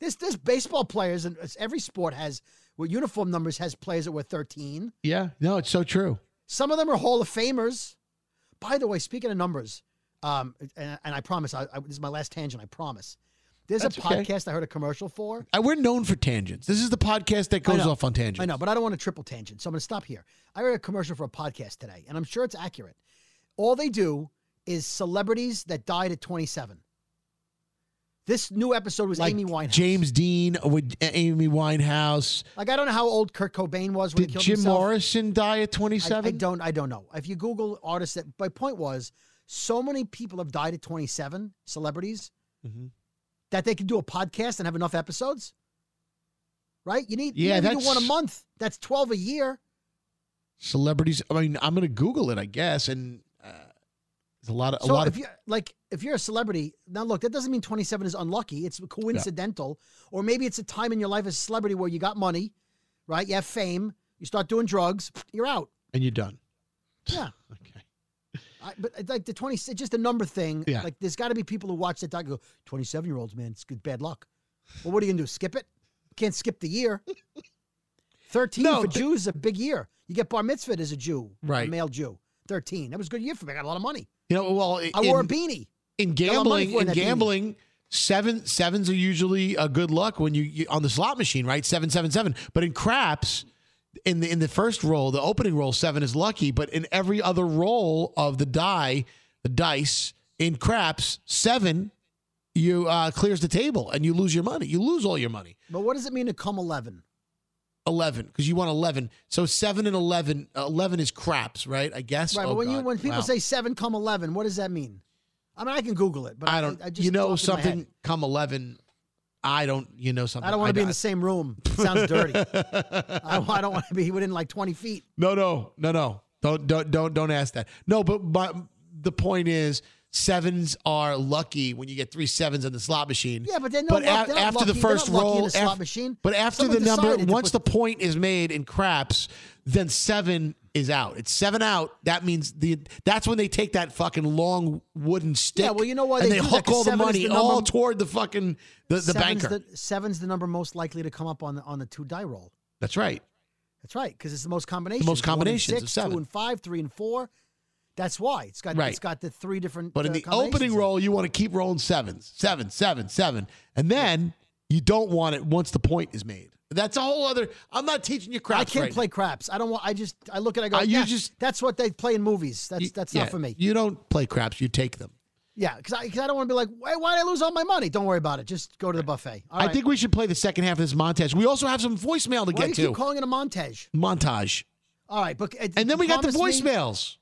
this this baseball players and it's- every sport has with uniform numbers has players that were 13.
Yeah. No, it's so true.
Some of them are Hall of Famers. By the way, speaking of numbers, um, and, and I promise, I, I, this is my last tangent. I promise. There's
That's
a
okay.
podcast I heard a commercial for.
I, we're known for tangents. This is the podcast that
I
goes
know.
off on tangents.
I know, but I don't want a triple tangent, so I'm going to stop here. I read a commercial for a podcast today, and I'm sure it's accurate. All they do is celebrities that died at 27. This new episode was Amy Winehouse.
James Dean with A- Amy Winehouse.
like I don't know how old Kurt Cobain was when
Did
he killed
Jim
himself.
Morrison die at
I- I,
27?
don't. I don't know. If you Google artists, that my point was, so many people have died at 27 celebrities
Mm-hmm.
that they can do a podcast and have enough episodes. Right? You need.
Yeah,
you need to do
that's-
one a month. That's 12 a year.
Celebrities. I mean, I'm going to Google it, I guess. And uh, there's a lot of. A
so
lot
if
of
you like if you're a celebrity now look that doesn't mean 27 is unlucky it's coincidental or maybe it's a time in your life as a celebrity where you got money right you have fame you start doing drugs you're out
and you're done.
yeah I, but uh, like the 20 it's just a number thing
Yeah.
like there's got to be people who watch that doc and go 27 year olds man it's good bad luck well what are you gonna do skip it can't skip the year 13
No,
for
th-
jews is a big year you get bar mitzvah as a jew
Right.
a male jew 13 that was a good year for me i got a lot of money
You know, well, in,
i wore a beanie
in
Got a lot of money
gambling,
for
in
that beanie.
gambling, seven sevens are usually a good luck when you, you on the slot machine, right? Seven, seven, seven. But in craps, in the in the first roll, the opening roll, seven is lucky. But in every other roll of the die, the dice in craps, seven, you uh, clears the table and you lose your money. You lose all your money.
But what does it mean to come 11?
11 because you want 11. So 7 and 11, uh, 11 is craps, right? I guess.
Right,
Oh,
but when you
God.
when people
Wow.
say seven come eleven, what does that mean? I mean, I can Google it, but I,
I don't,
I just
you know,
popped in my
something
head.
come 11, I don't, you know, something.
I don't want to be in the
don't.
same room. It sounds dirty. I, I don't want to be within like twenty feet.
No, no, no, no. Don't don't don't don't ask that. No, but but the point is sevens are lucky when you get three sevens on the slot machine.
Yeah, but they're no luck-
a-
they're not
after
lucky-
the
they're
first
not lucky in
roll,
the slot
af-
machine.
but after
Someone
the number,
decided to
once
put-
the point is made in craps, then seven is out. It's seven out. That means the that's when they take that fucking long wooden stick.
well, you know why
and
they
they
do that,
hook
'cause
all the
seven is
money
the
all
number-
toward the fucking the, the
Seven's
banker.
The, seven's the number most likely to come up on the on the two die roll.
that's right.
That's right, because it's the most combinations.
most
One and
combinations of
six,
seven.
two and five, three and four. That's why it's got
Right.
it's got the three different.
But in
uh,
the
combinations.
opening roll, you want to keep rolling sevens, seven, seven, seven, and then you don't want it once the point is made. That's a whole other. I'm not teaching you crap.
I can't play craps. I don't want. I just I look at. it, I go.
Uh, you
yeah,
just-
that's what they play in movies. That's that's not for me.
You don't play craps. You take them.
Yeah, because I, 'cause I don't want to be like, why why did I lose all my money? Don't worry about it. Just go to the buffet. All
I
right.
think we should play the second half of this montage. We also have some voicemail to
Why
get
do you
to.
keep calling it a montage?
montage,
All right, but
and then we got the
promise me-
voicemails.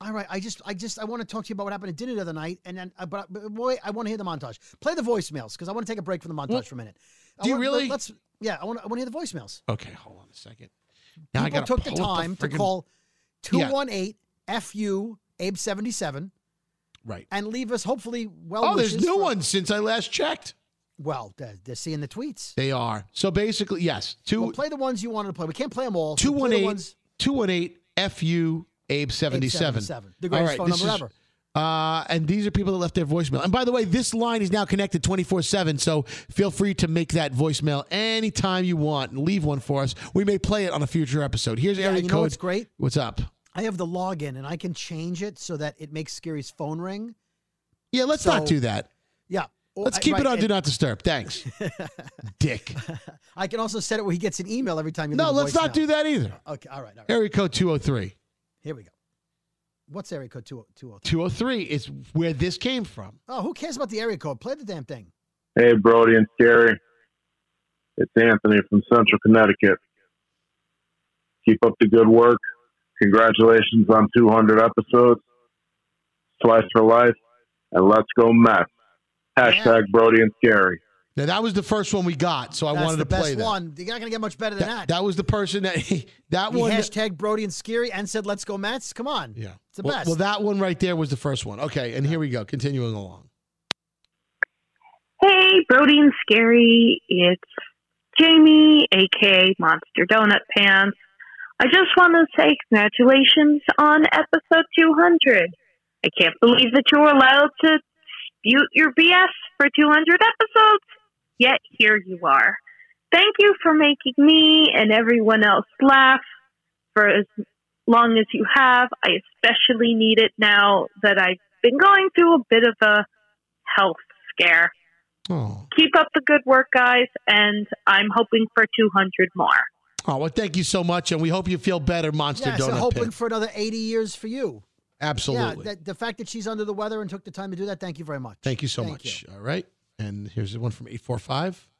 all right, I just I just I want to talk to you about what happened at dinner the other night, and then uh, but, but boy, I want to hear the montage. Play the voicemails because I want to take a break from the montage for a minute. I
do you
want-
really?
Let's yeah, I want I want to hear the voicemails.
Okay, hold on a second. Now I
People
gotta
took the
pull up
time to
friggin-
call
Yeah.
218 FU Abe 77
Right.
and leave us hopefully well
Oh, there's
wishes
new
for-
ones since I last checked.
Well, they're, they're seeing the tweets.
They are. So basically, yes. Two.
Well, play the ones you wanted to play. We can't play them all. so play the
218
ones-
218 FU Abe 77.
77. The greatest phone
this
number
is-
ever.
Uh, and these are people that left their voicemail. And by the way, this line is now connected 24 7, so feel free to make that voicemail anytime you want and leave one for us. We may play it on a future episode. Here's
Yeah,
area
you
code.
know what's great?
What's up?
I have the login and I can change it so that it makes Scary's phone ring.
Yeah, let's not
So-
do that.
Yeah. Or-
Let's keep
right,
it on
and
Do Not Disturb. Thanks. Dick.
I can also set it where he gets an email every time you
No,
leave a
let's not
voicemail. Oh,
do that either.
Okay, all right, all right.
Area code 203.
Here we go. What's area code 203?
203 is where this came from.
Oh, who cares about the area code? Play the damn thing.
Hey, Brody and Scary. It's Anthony from Central Connecticut. Keep up the good work. Congratulations on 200 episodes. Slice for life. And let's go Mets. Hashtag Brody and Scary.
Now, that was the first one we got, so I
That's
wanted
the
to play
best
that.
one. You're not going to get much better than that.
That was the person that that
He
one.
hashtag Brody and Scary and said, let's go Mets. Come on.
yeah,
It's the
well,
best.
Well, that one right there was the first one. Okay, and here we go. Continuing along.
Hey, Brody and Scary, it's Jamie, aka Monster Donut Pants. I just want to say congratulations on episode 200. I can't believe that you were allowed to dispute your BS for 200 episodes, yet here you are. Thank you for making me and everyone else laugh for as long as you have. I especially need it now that I've been going through a bit of a health scare keep up the good work, guys, and I'm hoping for 200 more.
Oh well, thank you so much, and we hope you feel better, Monster
yeah, so
Donut.
hoping
Pig.
for another 80 years for you.
Absolutely.
Yeah, that, the fact that she's under the weather and took the time to do that, thank you very much.
thank you so much. All right, and here's one from eight four five.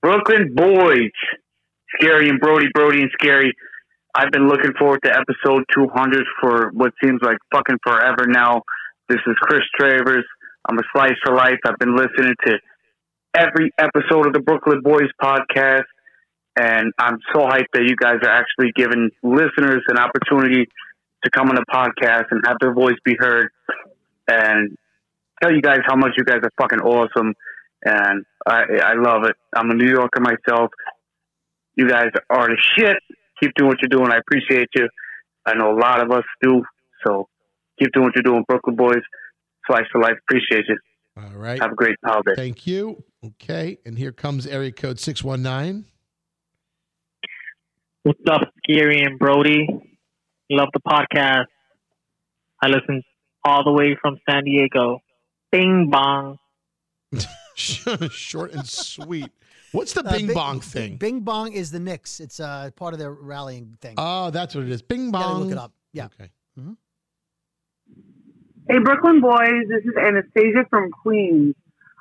Brooklyn boys, Scary and Brody, Brody and Scary. I've been looking forward to episode 200 for what seems like fucking forever now. This is Chris Travers. I'm a slice for life. I've been listening to every episode of the Brooklyn Boys podcast, and I'm so hyped that you guys are actually giving listeners an opportunity to come on the podcast and have their voice be heard. And tell you guys how much you guys are fucking awesome, and I I love it. I'm a New Yorker myself. You guys are the shit. Keep doing what you're doing. I appreciate you. I know a lot of us do. So keep doing what you're doing, Brooklyn boys. Slice for life. Appreciate you.
All right.
Have a great holiday.
Thank you. Okay, and here comes area code six one nine.
What's up, Gary and Brody? Love the podcast. I listen all the way from San Diego. Bing bong.
Short and sweet. What's the
Uh,
Bing Bong thing?
Bing Bong is the Knicks. It's uh, part of their rallying thing.
Oh, that's what it is. Bing
You gotta
Bong.
look it up. Yeah. Mm-hmm.
Okay.
Hey, Brooklyn boys, this is Anastasia from Queens.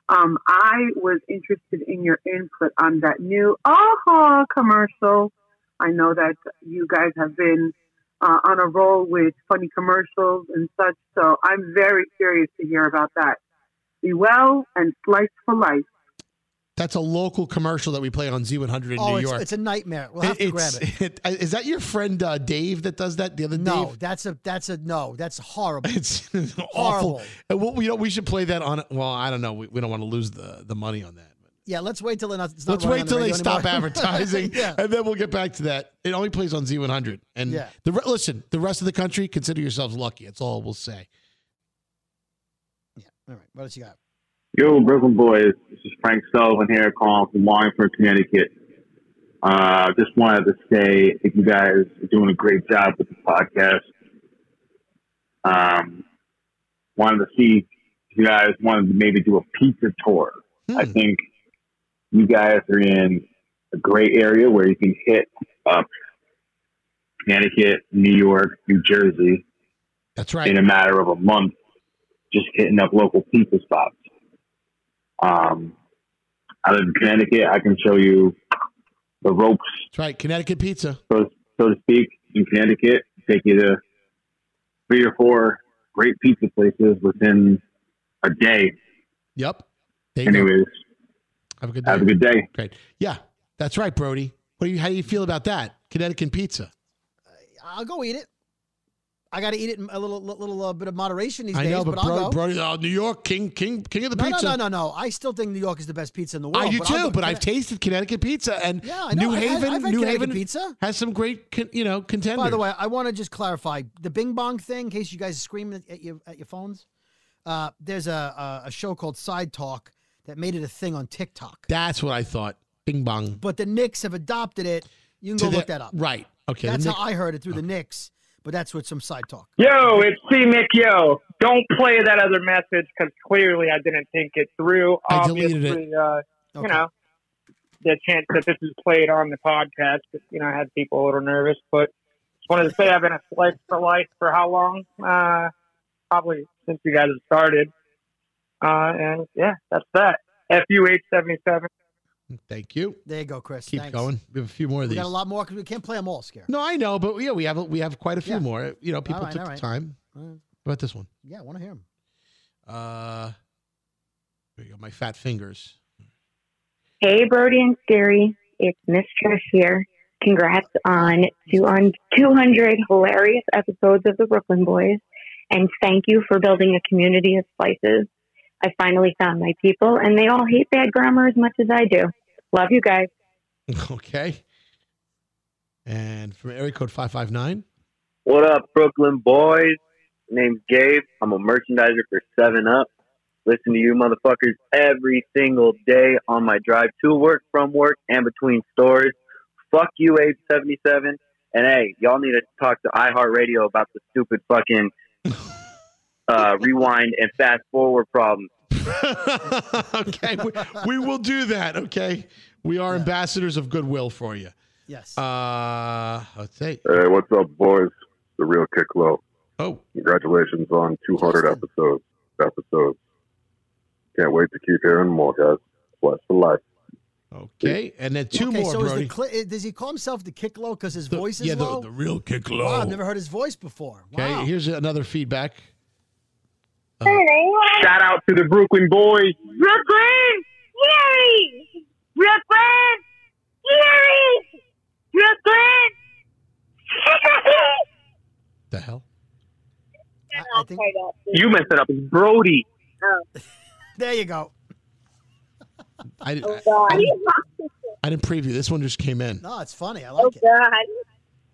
Um, I was interested in your input on that new AHA commercial. I know that you guys have been uh, on a roll with funny commercials and such, so I'm very curious to hear about that. Be well and slice for life.
That's a local commercial that we play on Z100 in
oh,
New
it's,
York.
it's a nightmare. We'll have to grab
It's-
it.
it- is that your friend uh, Dave that does that? The other
No,
Dave?
that's a that's a no. That's horrible.
It's awful. And what, you know, we should play that on. Well, I don't know. We, we don't want to lose the, the money on that.
Yeah, let's wait till they're not. it's not
Let's
running
wait
on the
till they
radio
stop
anymore.
advertising,
yeah.
and then we'll get back to that. It only plays on Z100. And
Yeah.
the re- listen, the rest of the country, consider yourselves lucky. That's all we'll say.
All right, what else you got?
Yo, Brooklyn boys. This is Frank Sullivan here calling from Wallingford, Connecticut. Uh, just wanted to say I think you guys are doing a great job with the podcast. Um, wanted to see if you guys wanted to maybe do a pizza tour. I think you guys are in a great area where you can hit up Connecticut, New York, New Jersey.
That's right.
In a matter of a month, just hitting up local pizza spots. Um, I live in Connecticut. I can show you the ropes,
That's right. Connecticut pizza.
so, so to speak, in Connecticut. Take you to three or four great pizza places within a day.
Yep. you go.
Anyways,
Have a good day.
have a good day.
Great. Yeah, that's right, Brody. What do you? How do you feel about that Connecticut pizza?
I'll go eat it. I got to eat it in a little little uh, bit of moderation these
I
days,
know, but,
I'll
Bro-
go.
Brody, oh, New York, king, king, king of the
no,
pizza.
no, no, no, no. I still think New York is the best pizza in the world.
I do
but I'll
too,
go
but
to
I've tasted Connecticut pizza and
Yeah, I know.
New
I've had-
Haven.
I've had
New
Connecticut
Haven
pizza.
has some great, con- you know, contenders.
By the way, I want to just clarify the Bing Bong thing, in case you guys are screaming at your at your phones. Uh, there's a, a a show called Side Talk that made it a thing on TikTok,
that's what I thought. Bing bong.
but the Knicks have adopted it. You can
To
go
the-
look that up.
Right. Okay. the
that's
Knicks-
how I heard it through the Knicks, but that's what some Side Talk.
Yo, it's C Mick. Yo, don't play that other message because clearly I didn't think it through.
I deleted it.
Obviously, Uh, You know, the chance that this is played on the podcast, you know, I had people a little nervous, but just wanted to say I've been a slice for life for how long? Uh, probably since you guys have started. Uh, and yeah, that's that. FUH seventy seven.
Thank you.
There you go, Chris.
Keep
Thanks.
going. We have a few more of
We
these.
got a lot more because we can't play them all, Scare.
No, I know, but yeah, we have a, we have quite a few
Yeah.
more. You know,
All
people
right,
took
all
the
right.
time.
All right.
What about this one?
Yeah, I want to hear them.
Uh, there you go. My fat fingers.
Hey, Brody and Scary. It's Miss Trish here. Congrats on two on 200 hilarious episodes of the Brooklyn Boys. And thank you for building a community of slices. I finally found my people, and they all hate bad grammar as much as I do. Love you guys.
okay. And from area code five five nine.
What up, Brooklyn boys? Name's Gabe. I'm a merchandiser for 7 Up. Listen to you motherfuckers every single day on my drive to work, from work, and between stores. Fuck you, Abe 77. And hey, y'all need to talk to iHeartRadio about the stupid fucking uh, rewind and fast forward problem.
okay, we, we will do that. Okay, we are ambassadors of goodwill for you.
Yes.
Uh, let's see.
Hey, what's up, boys? The real Kick Low.
Oh.
Congratulations on 200 episodes. Episodes. Can't wait to keep hearing more, guys. Bless the life.
Okay, and then two
okay,
more,
so is
Brody.
the cli- does he call himself the kick low because his voice is
yeah, the-
low?
the real Kick Low.
Wow, I've never heard his voice before.
okay, here's another feedback. Uh-huh.
Shout out to the Brooklyn boys.
Brooklyn! Yay! Brooklyn! Yay! Brooklyn!
The hell?
I, I
Oh
think
You messed it up. It's Brody.
Oh. there you go.
I, I,
God.
I didn't, I didn't preview this one; just came in.
No, it's funny. I like it.
They're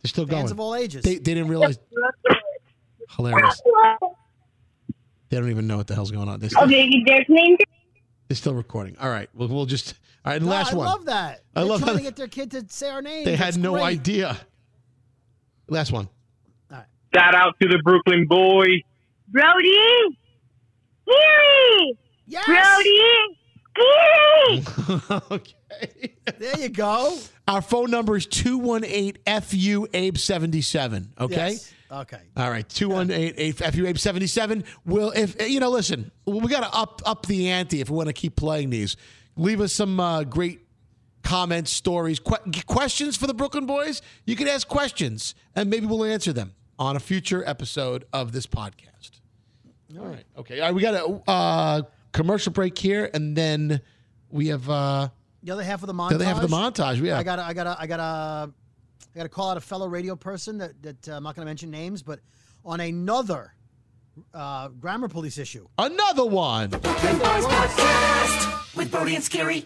still
Fans
going.
of all ages.
They, they didn't realize. Hilarious. They don't even know what the hell's going on. They're still,
there's names.
they're still recording. All right, we'll, we'll just. All right, and
No,
last
I
one.
love that.
I
They're
love
trying
how
to get their kid to say our name.
They
That's
had no
great.
idea. Last one.
Shout out to the Brooklyn boys.
Brody! Yay!
Yes!
Brody!
Scary!
There you go.
Our phone number is 218 FU Abe 77. Okay.
Yes. Okay.
All right, 218 FU Abe 77. Will if you know, listen, we got to up up the ante if we want to keep playing these. Leave us some uh, great comments, stories, que- questions for the Brooklyn Boys. You can ask questions and maybe we'll answer them on a future episode of this podcast. All right. Okay. All right, we got a uh, commercial break here and then we have uh
The other half of the montage.
The other half of the montage, yeah.
I gotta, I gotta, I gotta, I gotta call out a fellow radio person that that uh, I'm not gonna mention names, but on another uh, grammar police issue.
another one.
With Brody and Scary.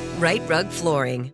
Right Rug Flooring.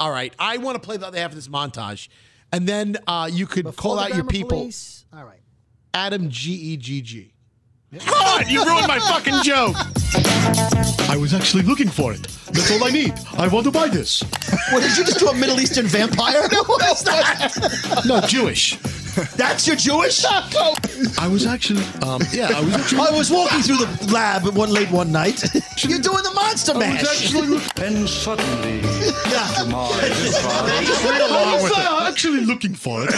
All right, I want to play the other half of this montage, and then uh, you could call
the
out your
grammar
people.
police. All right.
Adam G E G G.
God, you ruined my fucking joke. I was actually looking for it. That's all I need. I want to buy this. What did you just do? A Middle Eastern vampire? no, no, Jewish. That's your Jewish. I was actually, um, yeah, I was actually.
I was walking through the lab one late one night. You're doing the monster
I
mash.
was actually looking. And suddenly, yeah. I just went along with it. actually looking for it.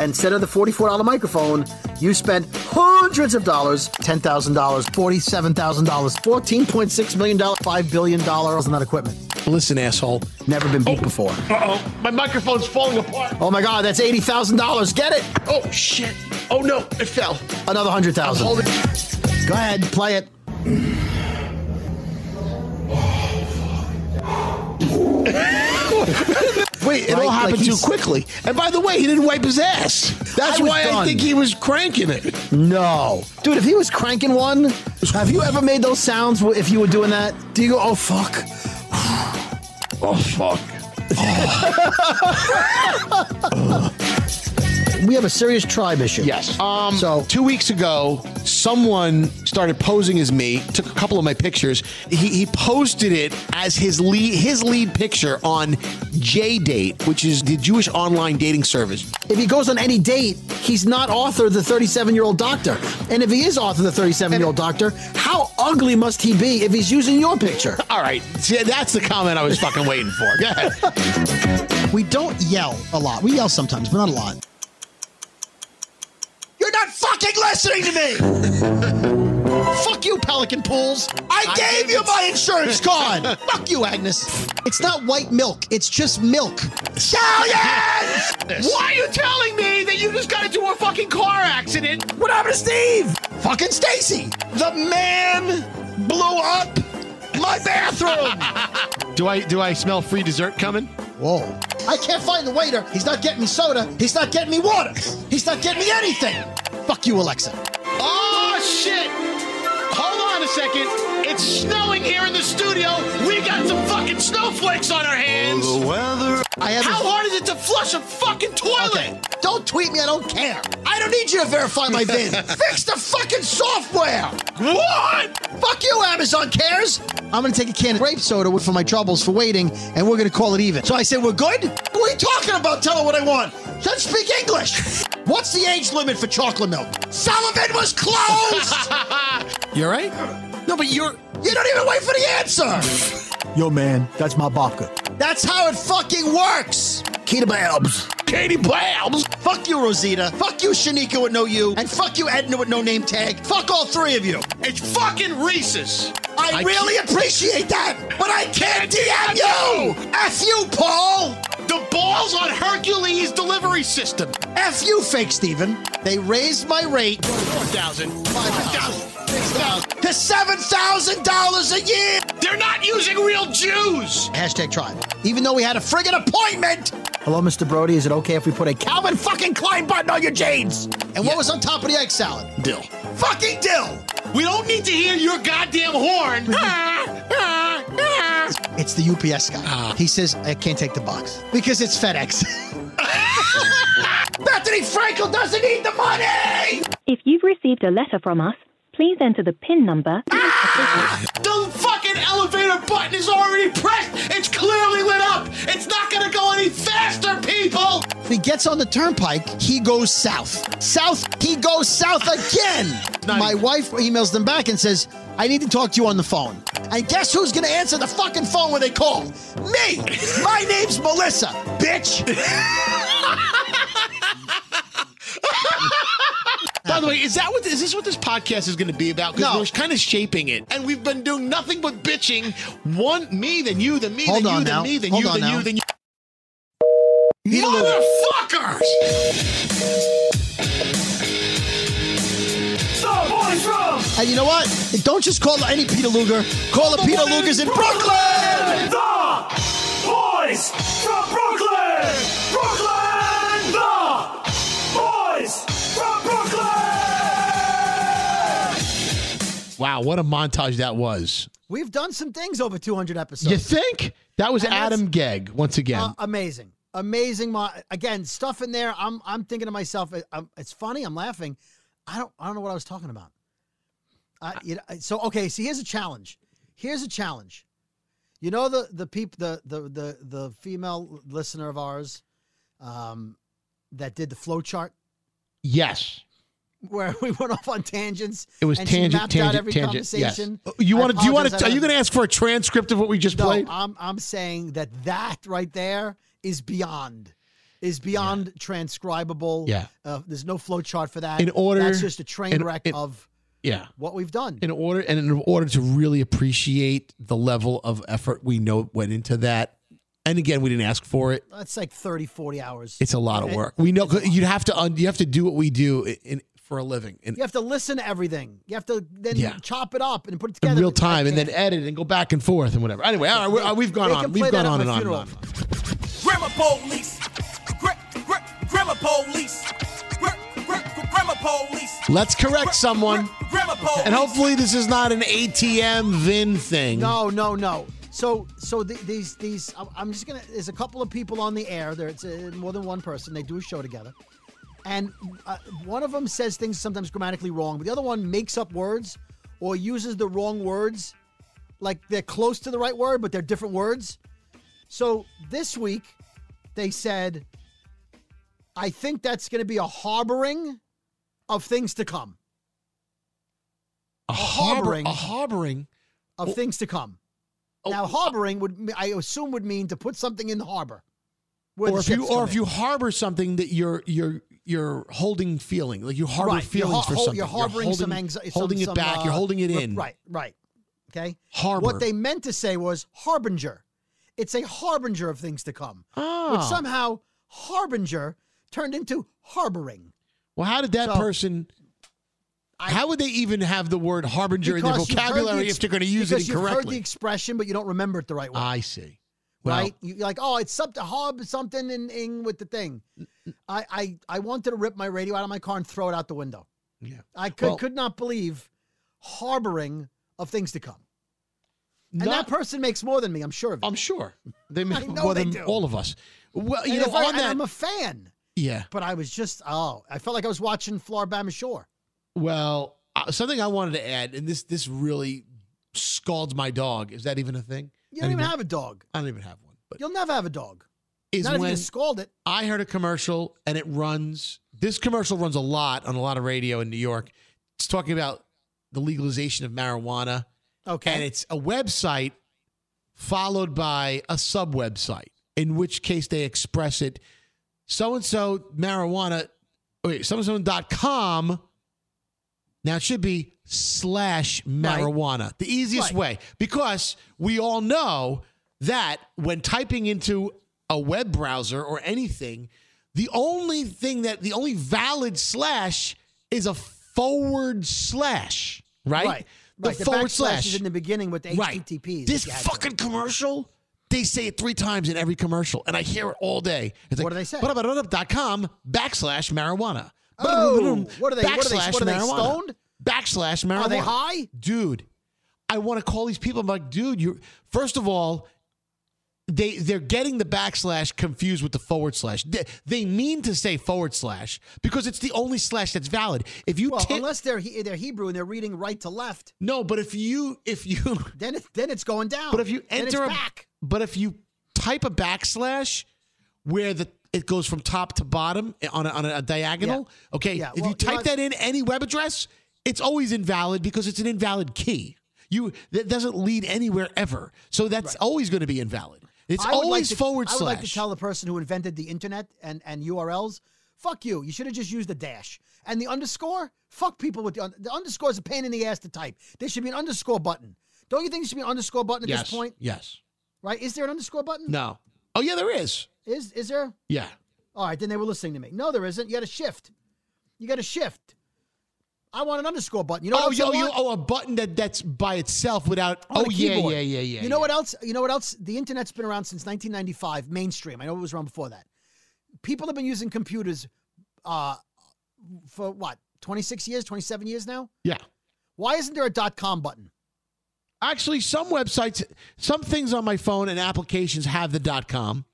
Instead of the $44 microphone, you spent hundreds of dollars $10,000, $47,000, $14.6 million, $5 billion on that equipment.
Listen, asshole.
Never been beat before.
oh, my microphone's falling apart.
Oh my God, that's $80,000. Get it.
Oh shit. Oh no, it fell.
Another 100000
Hold
Go ahead, play it.
Wait, it all happened too quickly. And by the way, he didn't wipe his ass. That's
was
why I
done.
think he was cranking it.
No. Dude, if he was cranking one, have you ever made those sounds wh- if you were doing that? Do you go, oh fuck?
Oh fuck.
we have a serious tribe issue.
Yes. Um, two weeks ago, someone started posing as me. Took a couple of my pictures. He, he posted it as his lead his lead picture on J Date, which is the Jewish online dating service.
If he goes on any date, he's not Arthur, the 37 year old doctor. And if he is Arthur, the 37 year old doctor, how ugly must he be if he's using your picture?
All right, see, that's the comment I was fucking waiting for. Go ahead.
We don't yell a lot. We yell sometimes, but not a lot.
You're not fucking listening to me!
Fuck you, Pelican Pools!
I, gave, you my insurance card!
Fuck you, Agnes! It's not white milk, it's just milk.
Stallions!
Why are you telling me that you just got into a fucking car accident?
What happened to Steve? Fucking Stacy! The man blew up my bathroom!
Do I do I smell free dessert coming?
Whoa. I can't find the waiter. He's not getting me soda. He's not getting me water. He's not getting me anything. Fuck you, Alexa.
Oh shit! Hold on a second. It's snowing here in the studio. We got some fucking snowflakes on our hands. the weather.
I have
How hard is it to flush a fucking toilet?
Don't tweet me. I don't care.
I don't need you to verify my VIN. Fix the fucking software!
What?
Fuck you, Amazon cares. I'm gonna take a can of grape soda for my troubles for waiting, and we're gonna call it even. So I say we're good.
What are you talking about? Tell her what I want. Don't speak English. What's the age limit for chocolate milk? Sullivan was closed.
You're right. No, but you're.
you don't even wait for the answer.
Yo, man, that's my babka.
That's how it fucking works.
Keita Babs.
Katie Babs.
Fuck you, Rosita. Fuck you, Shanika with no you, and fuck you, Edna with no name tag. Fuck all three of you.
It's fucking Reese's.
I, really appreciate that, but I can't DM you. F you, Paul.
The balls on Hercules delivery system.
F you, fake Steven. They raised my rate.
Four thousand. Five thousand. Six thousand.
To seven thousand dollars a year.
They're not using real Jews.
Hashtag tribe.
Even though we had a friggin' appointment.
Hello, Mr. Brody. Is it okay if we put a Calvin fucking Klein button on your jeans?
And what was on top of the egg salad?
Dill.
Fucking dill.
We don't need to hear your goddamn horn. Ah, ah, ah.
It's the UPS guy.
Ah.
He says, I can't take the box because it's FedEx.
Bethany Frankel doesn't need the money.
If you've received a letter from us, please enter the PIN number.
The fucking elevator button is already pressed. It's clearly lit up. It's not gonna go any faster, people.
If he gets on the turnpike, he goes south. South, he goes south again. My wife emails them back and says, I need to talk to you on the phone.
And guess who's gonna answer the fucking phone when they call? Me! My name's Melissa, bitch!
By the way, is that what is this what this podcast is going to be about? Because
No.
we're kind of shaping it, and we've been doing nothing but bitching. One me, then you, then me,
Hold
then
on
you,
now.
then me, then
Hold
you,
on
then
now.
you, then you.
Need a little-
Motherfuckers!
And you know what? Don't just call any Peter Luger. Call the Peter Lugers in Brooklyn.
Boys from Brooklyn! Brooklyn! The boys from Brooklyn!
Wow, what a montage that was!
We've done some things over 200 episodes.
You think that was
And that's-
Adam Gegg once again?
Uh, amazing, amazing. My again, stuff in there. I'm I'm thinking to myself, I- I'm- it's funny. I'm laughing. I don't I don't know what I was talking about. I, you know, so okay. So here's a challenge. Here's a challenge. You know the the peop the the the the female listener of ours, um, that did the flow chart
yes,
where we went off on tangents.
it was
and
tangent,
she mapped
tangent,
out every
tangent. Yes. Uh,
conversation.
You
I
want to? Do you want
apologize,
to?
I
Are you
don't-
going to ask for a transcript of what we just
no,
played?
I'm I'm saying that that right there is beyond is beyond transcribable.
Yeah.
Uh, there's no flow chart for that.
In order-
that's just a train
in-
wreck
in-
of
yeah.
what we've done.
in order and in order to really appreciate the level of effort we know went into that and again we didn't ask for it
That's like 30, 40 hours.
it's a lot of
And
work we know you'd have to un- you have to do what we do in, in for a living in,
You have to listen to everything. You have to then
Yeah.
chop it up and put it
in
together.
real time and then edit and go back and forth and whatever anyway all right we're, uh, we've gone
They can
on
play
we've gone
that at
on
my
and on and
funeral.
on
Grandma police! Gra- gra- grandma police! Gra- gra- grandma police!
let's correct someone
Grandma police!
and hopefully this is not an atm vin thing
No, no, no. So, so the, these, these. I'm- I'm just gonna. There's a couple of people on the air. There's uh, more than one person. They do a show together, and uh, one of them says things sometimes grammatically wrong, but the other one makes up words or uses the wrong words, like they're close to the right word, but they're different words. So this week, they said, "I think that's going to be a harboring of things to come."
A,
harboring,
a harboring Oh,
of things to come. now, harboring would I assume would mean to put something in the harbor. where the
or if you
ships
or
come
if
in.
you harbor something that you're you're you're holding feeling like you harbor
Right,
feelings
you're har-
for
hol-
something.
You're harboring
holding,
some anxiety,
holding it back. you're holding it in.
Right, right. Okay.
Harbor.
What they meant to say was harbinger. It's a harbinger of things to come. Which
Ah.
somehow harbinger turned into harboring.
Well, how did that person? how would they even have the word harbinger in their
Because you've heard the
vocabulary
ex-
if they're going to use it
because You've heard the
incorrectly?
expression, but you don't remember it the right way.
I see. Well,
right? You, you're like, oh, it's something hob something in, in with the thing. I, I I wanted to rip my radio out of my car and throw it out the window.
Yeah.
I could
Well-
could not believe harboring of things to come. And
Not-
that person makes more than me, I'm sure of it. I'm
sure. They
I
make
know
more
they
than
do.
all of us. Well, you
And
know,
if I-
on
and
that,
I'm a fan.
yeah.
But I was just oh, I felt like I was watching Floribama Shore.
Well, uh, something I wanted to add, and this this really scalds my dog. Is that even a thing?
You don't
That
even have a dog.
I don't even have one. But
You'll never have a dog.
is
Not if
when
you just scald it.
I heard a commercial, and it runs. This commercial runs a lot on a lot of radio in New York. It's talking about the legalization of marijuana.
Okay.
And it's a website followed by a sub website, in which case they express it so and so marijuana, wait, so and so.com. Now it should be slash marijuana, the easiest way, because we all know that when typing into a web browser or anything, the only thing that the only valid slash is a forward slash, right?
Right.
The
right.
forward
backslash
slash
is in the beginning with the
Right.
HTTPs.
This
that you had.
fucking commercial, they say it three times in every commercial, and I hear it all day. It's like, what do they say? com backslash marijuana.
Oh, what are they- what are they-
Backslash
what are they,
marijuana.
stoned?
Backslash marijuana.
Are they high?
Dude, I want to call these people. I'm like, dude, you're, first of all, they they're getting the backslash confused with the forward slash. They, they mean to say forward slash because it's the only slash that's valid. If you
Well,
ta-
unless they're he- they're Hebrew and they're reading right to left,
no, but if you if you
then it's then it's going down.
But if you
Then it's
enter a
back,
but if you type a backslash where the it goes from top to bottom on a, on a diagonal, okay.
Yeah,
if
well,
you
you
type
want-
that in any web address, it's always invalid because it's an invalid key. You that doesn't lead anywhere ever. So that's always going to be invalid. It's
I would like
always
to-
forward
I would like to
slash.
tell the person who invented the internet and and URLs, fuck you. You should have just used a dash and the underscore. Fuck people with the un- the underscore is a pain in the ass to type. There should be an underscore button. Don't you think there should be an underscore button at
yes.
this point?
Yes.
Right? Is there an underscore button?
No. Oh yeah, there is.
Is is there?
Yeah.
All right, then they were listening to me. No, there isn't. You got to shift. You got to shift. I want an underscore button. You know
oh,
what else I
yo, you,
want?
oh, a button that that's by itself without.
on
oh
a
yeah,
keyboard.
yeah, yeah, yeah.
You know
yeah.
what else? You know what else? The internet's been around since 1995, mainstream. I know it was around before that. People have been using computers uh, for what? 26 years, 27 years now?
Yeah.
Why isn't there a dot .com button?
Actually, some websites, some things on my phone and applications have the dot .com.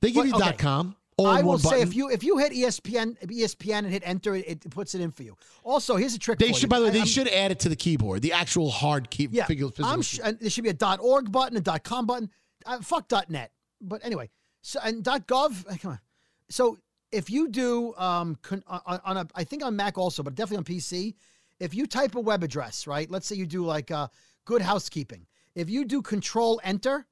They give
But,
you
okay.
dot .com. All
I
in
will
one
say
button.
if you if you hit E ESPN ESPN and hit enter, it, it puts it in for you. Also, here's a trick
they
for
should,
you.
by the way,
I-
they
I'm-
should add it to the keyboard, the actual hard key.
Yeah,
figure- physical
I'm
key-
sh- and there should be a dot .org button, a dot .com button. Uh, fuck dot .net, but anyway. So and dot .gov, uh, come on. So if you do um con- on, on a, I think on Mac also, but definitely on PC, if you type a web address, right? Let's say you do like uh, Good Housekeeping. If you do Control Enter,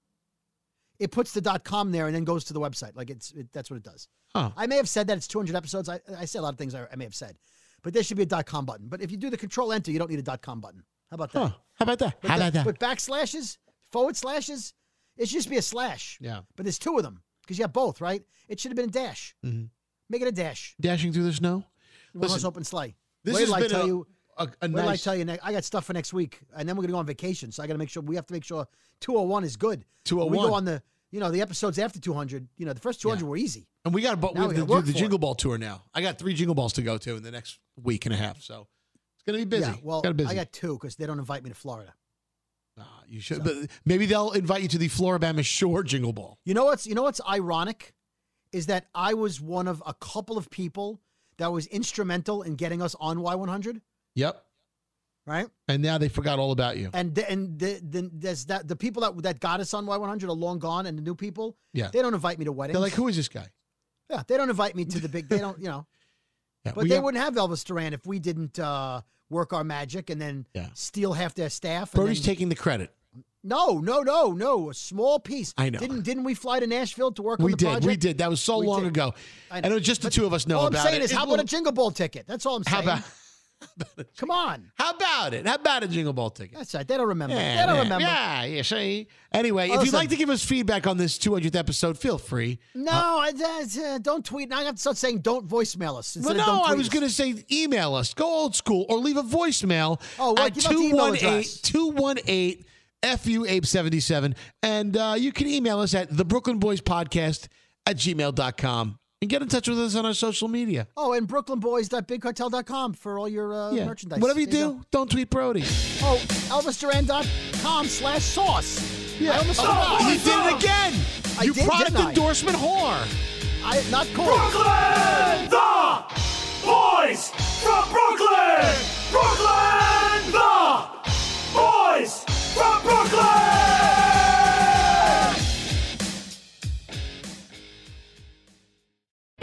it puts the dot .com there and then goes to the website. Like it's it, that's what it does.
Huh.
I may have said that it's 200 episodes. I, I say a lot of things I, I may have said, but there should be a dot .com button. But if you do the Control Enter, you don't need a dot .com button. How about that?
Huh. How about that?
But
How
the-
about
But
that?
backslashes, forward slashes, it should just be a slash.
yeah.
But there's two of them because you have both, right? It should have been a dash.
hmm
Make it a dash.
Dashing through the snow.
Listen,
Listen,
open sleigh.
this
Wait
has
till I
been
tell
a-
you.
a- a
wait till I
nice-
tell you. ne- I got stuff for next week, and then we're gonna go on vacation. So I gotta make sure we have to make sure 201 is good. When We
201.
go on the you know the episodes after 200. You know the first 200 were easy.
and we got
Now
to we
we
have to
gotta work
do the
for
Jingle Ball tour now. I got three Jingle Balls to go to in the next week and a half, so it's gonna be busy.
Yeah. Well,
It's gonna be busy.
I got two because they don't invite me to Florida.
you should, but maybe they'll invite you to the Floribama Shore Jingle Ball.
You know what's you know what's ironic is that I was one of a couple of people that was instrumental in getting us on Y100,
Yep.
right?
And now they forgot all about you.
And the, and the, the, there's that the people that that got us on Y100 are long gone, and the new people,
Yeah.
they don't invite me to weddings.
They're like, who is this guy?
Yeah, they don't invite me to the big. They don't, you know.
Yeah,
but
we
they
have-
wouldn't have Elvis Duran if we didn't uh, work our magic and then
Yeah.
steal half their staff. and
Brody's
then-
taking the credit.
No, no, no, no. A small piece.
I know.
Didn't didn't we fly to Nashville to work on
We
the
did.
project?
We did. That was so
We
long
did.
ago.
I
And
know.
it was just the
But
two of us know
all
about
I'm saying
it.
is,
It's
how
little-
about a Jingle Ball ticket? That's all I'm saying.
about-
Come on.
How about it? How about a Jingle Ball ticket?
That's right. They don't remember.
Yeah,
they don't
yeah,
remember.
Yeah, you see. Anyway, if you'd
Listen.
like to give us feedback on this 200th episode, feel free.
No, I, that's, uh, don't tweet. Now I have to start saying don't voicemail us. instead
Well,
of
no,
don't
I
tweet
was
us.
going to say email us. Go old school or leave a voicemail
Oh, well,
at
give out the email address.
218 FUAPE77. And uh, you can email us at the Brooklyn Boys Podcast at gmail.com and get in touch with us on our social media.
Oh, and brooklynboys.bigcartel.com for all your uh,
Yeah.
merchandise.
Whatever you
There
do, don't tweet Brody.
go. Oh, elvisduran.com slash sauce. Yeah. I almost
Oh,
forgot.
you did it again.
I
you
did,
product
didn't I?
endorsement whore.
I, not cool.
Brooklyn, the boys from Brooklyn. Brooklyn, the boys from Brooklyn.